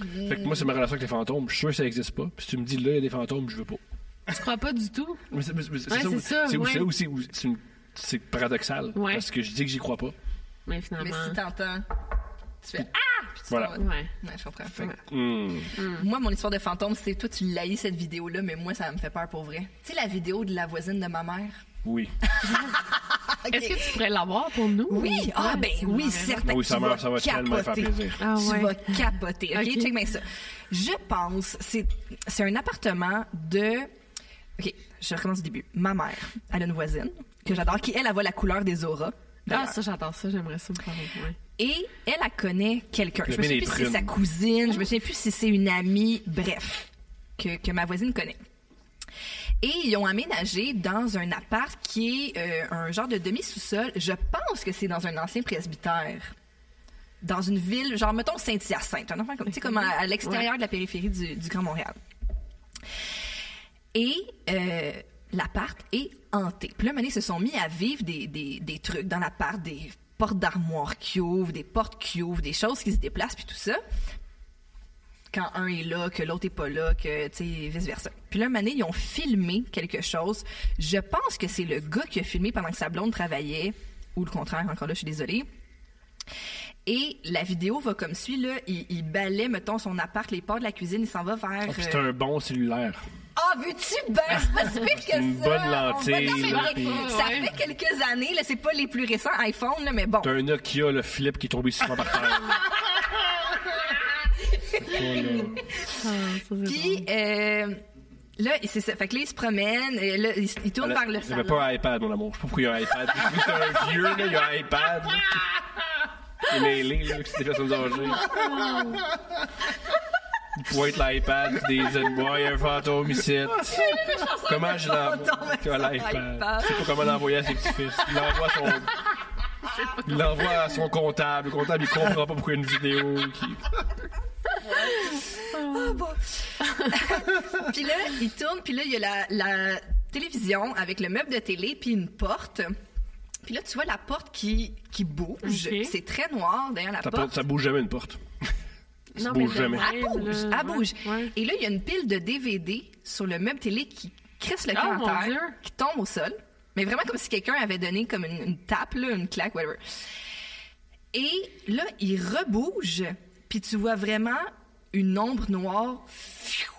Fait que moi, c'est ma relation avec les fantômes. Je suis sûr que ça n'existe pas. Puis si tu me dis là, il y a des fantômes, je veux pas. Tu crois pas du tout? Mais c'est mais c'est- c'est Ouais, ça où- c'est ça, c'est où- ouais. c'est là où c'est où c'est une- c'est paradoxal. Ouais. Parce que je dis que j'y crois pas. Mais Mais finalement. si t'entends, tu fais Ah! Puis tu Voilà. t'en vas. Ouais. Mm. Ouais, je comprends. Mm. Moi, mon histoire de fantôme, c'est toi, tu l'haïs cette vidéo-là, mais moi, ça me fait peur pour vrai. Tu sais, la vidéo de la voisine de ma mère? <laughs> Oui. Ah, Est-ce que tu pourrais l'avoir pour nous? Oui, ah Ouais, ben tu oui, l'aurais. certain. Ah oui, ça tu meurt, vas ça va tellement faire capoter. plaisir. Ah tu ouais. vas capoter. OK, Ok. check bien ça. Je pense, c'est c'est un appartement de OK, je recommence du début. Ma mère, elle a une voisine que j'adore qui elle, elle voit la couleur des auras. Ah, d'ailleurs. ça, j'attends ça, j'aimerais ça me faire avec moi. Et elle, elle connaît quelqu'un. Je me mets souviens les plus si c'est sa prunes. cousine, je me souviens plus si c'est une amie, bref, que, que ma voisine connaît. Et ils ont aménagé dans un appart qui est euh, un genre de demi-sous-sol. Je pense que c'est dans un ancien presbytère. Dans une ville, genre, mettons Saint-Hyacinthe, un enfant comme, tu sais, comme à, à l'extérieur de la périphérie du, du Grand Montréal. Et euh, l'appart est hanté. Puis là, maintenant, ils se sont mis à vivre des, des, des trucs dans l'appart, des portes d'armoire qui ouvrent, des portes qui ouvrent, des choses qui se déplacent, puis tout ça. Quand un est là, que l'autre est pas là, que, tu sais, vice-versa. Puis là, maintenant, ils ont filmé quelque chose. Je pense que c'est le gars qui a filmé pendant que sa blonde travaillait, ou le contraire, encore là, je suis désolée. Et la vidéo va comme suit, là. Il, il balaie, mettons, son appart, les portes de la cuisine, il s'en va vers... Ah, puis euh, c'est un bon cellulaire. ah, veux-tu ben, c'est pas si pire que ça. une On bonne va- lentille, non, mais là, écoute, puis- Ça Ouais. fait quelques années, là, c'est pas les plus récents iPhone, là, mais bon. T'as un Nokia, le flip qui est tombé sur moi par terre. Ah, ça, c'est drôle. Puis, euh, là, c'est ça. Fait que là, il se promène, et là, il, s- il tourne vers le Il n'y avait salon. pas un iPad, mon amour. Je sais pas pourquoi il y a un iPad. <laughs> C'est un vieux, là, il y a un iPad. là. Il est mêlé, là, que c'est des personnes âgées. Il pointe l'iPad, des Z-Boy, un fantôme ici. Comment je fantôme l'envoie? Tu vois, avec son iPad. l'iPad. Je sais pas comment l'envoyer à ses petits-fils. Il l'envoie à son... Il l'envoie à son comptable. Le comptable, il comprend pas pourquoi il y a une vidéo qui... Ah, bon. <laughs> puis là, il tourne, puis là, il y a la, la télévision avec le meuble de télé, puis une porte. Puis là, tu vois la porte qui, qui bouge. Ok. C'est très noir, derrière la Ça, porte. porte- ça bouge jamais une porte. Ça Non, mais bouge jamais. vraiment. Elle bouge, Ouais, elle bouge. ouais. Et là, il y a une pile de DVD sur le meuble télé qui crisse le cœur Oh, mon en Dieu. terre, qui tombe au sol. Mais vraiment comme si quelqu'un avait donné comme une, une tape, là, une claque, whatever. Et là, il rebouge, puis tu vois vraiment une ombre noire fiou,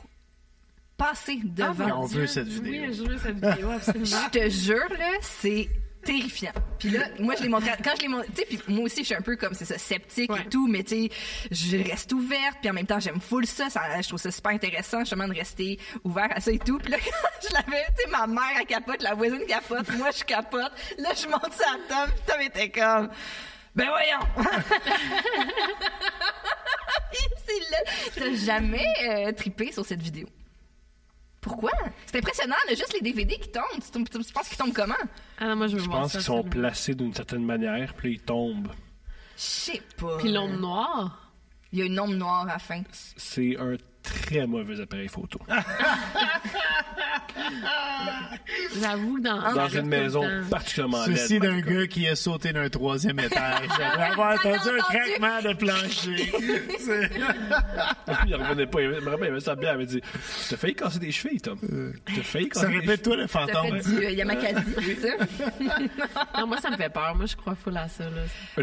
passer Ah, devant. mon on Dieu. veut cette vidéo. Oui, je veux cette vidéo, <laughs> absolument. Je te jure, là, c'est terrifiant. Puis là, moi, je l'ai montré. à- Quand je l'ai montré. Tu sais, puis moi aussi, je suis un peu comme, c'est ça, sceptique Ouais. et tout, mais tu sais, je reste ouverte. Puis en même temps, j'aime full ça, ça. Je trouve ça super intéressant, justement, de rester ouvert à ça et tout. Puis là, <laughs> quand je l'avais, tu sais, ma mère, elle capote, la voisine capote, moi, je capote. Là, je monte ça à Tom, puis Tom était comme. Ben voyons! <laughs> c'est là. T'as jamais euh, trippé sur cette vidéo. Pourquoi? C'est impressionnant, là, juste les DVD qui tombent. Tu, tombes- tu- tu penses qu'ils tombent comment? Ah non, moi, je veux Je voir pense ça. qu'ils sont absolument. placés d'une certaine manière, puis là, ils tombent. Je sais pas. Puis l'ombre noire. Il y a une ombre noire à la fin. C'est un très mauvais appareil photo. Ah, J'avoue que dans... Dans une maison particulièrement laide. Ceci d'un gars qui a sauté d'un troisième étage. J'aimerais avoir T'as entendu un entendu? craquement de plancher. C'est- <laughs> Il revenait pas. Il avait- je me rappelle, il avait ça bien. Il avait dit T'as failli casser des chevilles, Tom. T'as failli Euh, Ça casser des chevilles. répète-toi le T'as fantôme. fait du euh, Yamakasi, <laughs> c'est ça? Non, moi, ça me fait peur. Moi, je crois full à ça, là.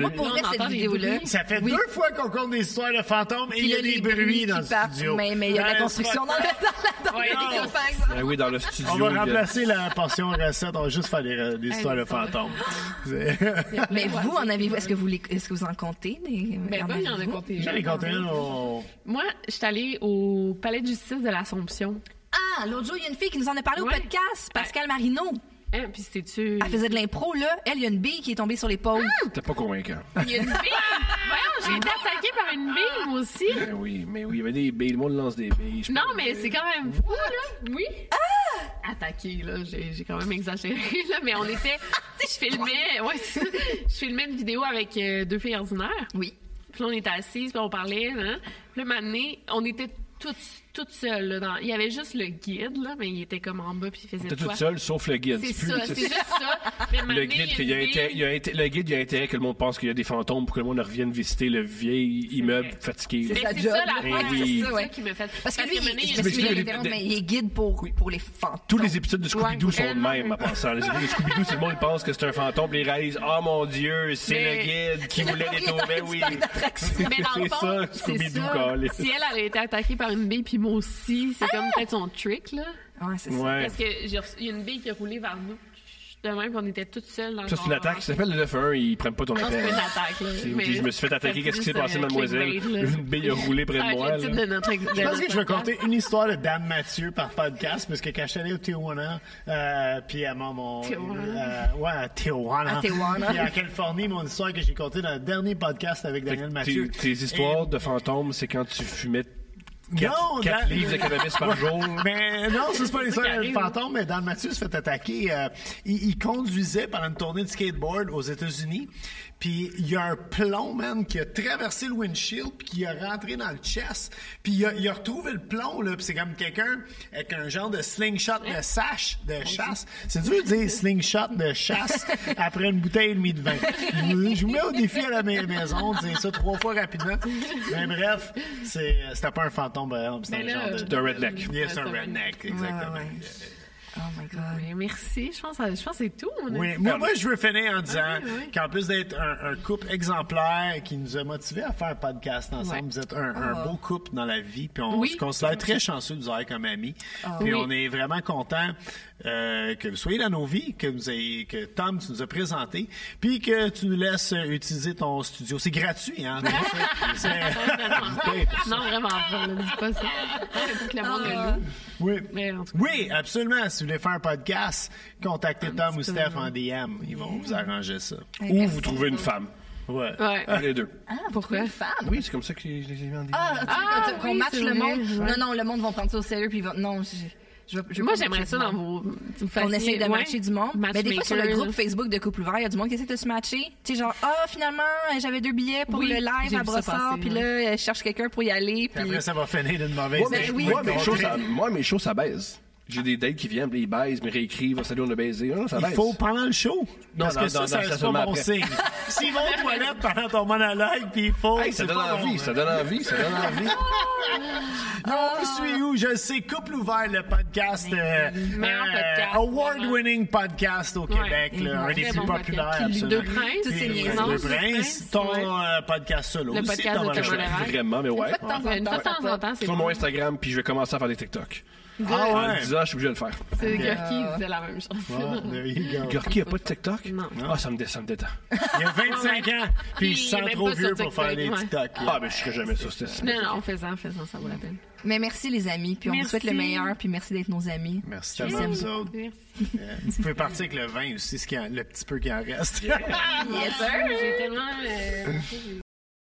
Moi, pour Non, vrai, on cette entend des vidéo-là, bruits. Ça fait deux fois qu'on compte des histoires de fantômes et il y a là, des les bruits dans le qui partent, studio. Mais mais il y a de la Ben, construction dans c'est le- dans Ouais, le non. par exemple. Ah oui, dans le studio. pas- On il y va a- remplacer la portion recette, on va juste faire des, des histoires de <laughs> fantômes. C'est- Mais vous, en avez-vous? Est-ce que vous les- est-ce que vous en comptez? des- Ben, en moi, j'en ai avez-vous? compté. J'en ai compté une au- Moi, je suis allée au palais de justice de l'Assomption. Ah, l'autre jour, il y a une fille qui nous en a parlé Ouais. au podcast, Pascal Marino. Hein, puis c'est-tu... Elle faisait de l'impro, là. Elle, il y a une bille qui est tombée sur l'épaule. T'es pas convaincant. Ah, Il y a une bille! Voyons, j'ai été attaquée par une bille, moi aussi. Ben oui, mais oui, il y avait des billes. Le monde lance des billes. Je Non, pense. mais c'est quand même fou, là. Oui. Attaqué, là. J'ai j'ai quand même exagéré, là. Mais on était. tu sais, je filmais. Ouais, c'est ça. Je filmais une vidéo avec euh, deux filles ordinaires. Oui. Puis là, on était assises, puis on parlait, hein. Puis là, un moment donné, on était toutes, toutes seules, là. dans- Il y avait juste le guide, là, mais il était comme en bas, puis il faisait T'es quoi? toute seule, sauf le guide. C'est Plus- ça, c'est juste ça. Mais un moment Le donné, guide, il il y a une intér- bille. il y a intér- le guide, il y a intérêt que le monde pense qu'il y a des fantômes pour que le monde revienne visiter le vieil immeuble vrai. fatigué. Mais sa c'est job, ça, là. l'affaire, Ben oui. c'est ça Ouais. qui me fait. Parce que lui, un moment donné, il, il y je a me une m'explique, souviens, bille- les- l'interrompt, mais il est guide pour, pour les fantômes. Tous les épisodes de Scooby-Doo Ouais, sont de vraiment. même, à pensant. Les épisodes de Scooby-Doo, c'est le monde pense que c'est un fantôme, puis ils réalisent « Ah, mon Dieu, c'est Mais- le guide qui voulait les Il est dans trouver, une oui! parc » d'attractions. <laughs> Mais dans le C'est fond, ça, c'est Scooby-Doo, ça. câlisse. Si elle, elle a été attaquée par une bille, puis moi aussi, c'est comme peut-être son trick, là. Ouais, c'est ça. Ah! Ouais. Parce que j'ai reçu- il y a une bille qui a roulé vers nous. De même, puis on était toutes seules dans le Ça, c'est une attaque. Ça s'appelle le 911, ils prennent pas ton Je pense que appel. Ah, c'est une attaque, là. Tu Mais dis, je me suis fait attaquer, c'est qu'est-ce qui s'est juste, passé, euh, mademoiselle? clickbait, là. Une bille a roulé près Ça va de être moi. le titre là. de notre Je pense que je vais compter une histoire de Dame Mathieu par podcast, parce que quand je suis allé au Tijuana, euh, puis à mon... mon Tijuana. euh, ouais, à Tijuana. À Tijuana. Puis à Californie, mon histoire que j'ai contée dans le dernier podcast avec Fait Daniel que Mathieu. Tes tes histoires de fantômes, c'est quand tu fumais Non, 4 dans- livres de cannabis <laughs> par jour. Mais Ben, non, ça, c'est pas l'histoire qui d'un arrive, fantôme, mais Dan Mathieu se fait attaquer. euh, il, il conduisait pendant une tournée de skateboard aux États-Unis, puis il y a un plomb, man, qui a traversé le windshield, puis qui a rentré dans le chest, puis il a, il a retrouvé le plomb, là, puis c'est comme quelqu'un avec un genre de slingshot de sache, de chasse. C'est dur de dire slingshot de chasse après une bouteille et demie de vin. Je vous- je vous mets au défi à la ma- maison, disais ça trois fois rapidement. Mais bref, c'est- c'était pas un fantôme, par exemple, c'était Mais un là, euh, genre de... C'est un redneck. Yes, Ouais, un c'est redneck, exactement. Ouais, ouais. Oh my god. Mais Merci, je pense, à- je pense que c'est tout. on a- Oui, moi, moi, je veux finir en disant Ah, oui, oui. qu'en plus d'être un, un couple exemplaire qui nous a motivés à faire un podcast ensemble, Ouais. Ah. vous êtes un, un beau couple dans la vie, puis on Oui. Ah, se considère très chanceux de vous avoir comme amis. Puis Oui. on est vraiment content que vous soyez dans nos vies, que, vous ayez, que Tom, tu nous as présenté, puis que tu nous laisses euh, utiliser ton studio. C'est gratuit, <laughs> hein? C'est- c'est- Non, vraiment pas, là, dis pas ça. Faut que le monde le loue. oui. Mais en tout cas- oui, absolument. Si vous voulez faire un podcast, contactez Tom ou Steph hein. en DM. Ils vont vous arranger ça. Ou vous trouvez une femme. Ouais. Ouais. Les deux. Pourquoi? Une femme. Ah. Oui, c'est comme ça que je les ai mis en Ah, tu- Ah, tu- qu'on oui, matche c'est le vrai, monde. ouais. Non, non, le monde va prendre ça au sérieux puis ils vont- Non, j'ai- Je vais- je vais Moi, pas j'aimerais matcher ça du dans monde. vos. vous On fassiez- essaie de ouais, matcher du monde. Mais des fois, sur le matchmakers, groupe là. Facebook de Couple Ouvert, il y a du monde qui essaie de se matcher. Tu sais, genre, ah, finalement, j'avais deux billets pour Oui, le j'ai live à vu ça Brossard, passer, puis ouais. là, je cherche quelqu'un pour y Puis aller. Puis... après, ça va finir d'une mauvaise Moi, mes, oui. moi, mes Contraire. shows, ça, moi, mes shows, ça baise. J'ai des dates qui viennent, puis ils baisent, me réécrivent, salut, on a baisé. Non, non, ça Il baise. faut pendant le show. Non, parce non, que non, ça, non, ça, ça c'est seulement pas bon après. signe. S'ils vont aux toilettes pendant ton monologue, puis il faut. Hey, ça c'est donne pas bon, envie, hein. ça donne envie, ça <laughs> donne envie. Yo, vous suivez où? Je le sais, Couple Ouvert, le podcast. euh, Meilleur podcast, Award-winning podcast au Québec. Ouais. là, un des Très plus bon populaires, podcast. absolument. Deux princes, Puis, ouais, c'est niaisant. Deux Deux princes. Princes, Ton ouais. euh, podcast solo Le aussi. podcast t'en de vas le hein. Thomas chercher. Lorrain. Vraiment, mais ouais. fois de temps en Ouais, Une fois de Attends, temps en temps, c'est Sur mon Instagram, puis je vais commencer à faire des TikTok. Ah En le ouais? disant, je suis obligé de le faire. C'est Gorky qui disait la même chose. Ah, there you go. Gorky a pas de TikTok? Non. Ah, ça me dé- ça me détend. Il y a 25 ans, puis il se Il est sent même trop pas sur vieux pour TikTok, faire des ouais. TikTok. Ah, mais je serais jamais ça, c'était ça. Non, non, faisant, faisant, ça vaut la peine. Mais merci, les amis. Puis on vous Merci. souhaite le meilleur, puis merci d'être nos amis. Merci tellement, vous Oh. autres. Euh, Vous pouvez partir avec le vin aussi, ce qui en- le petit peu qui en reste. Yes, J'ai tellement. euh,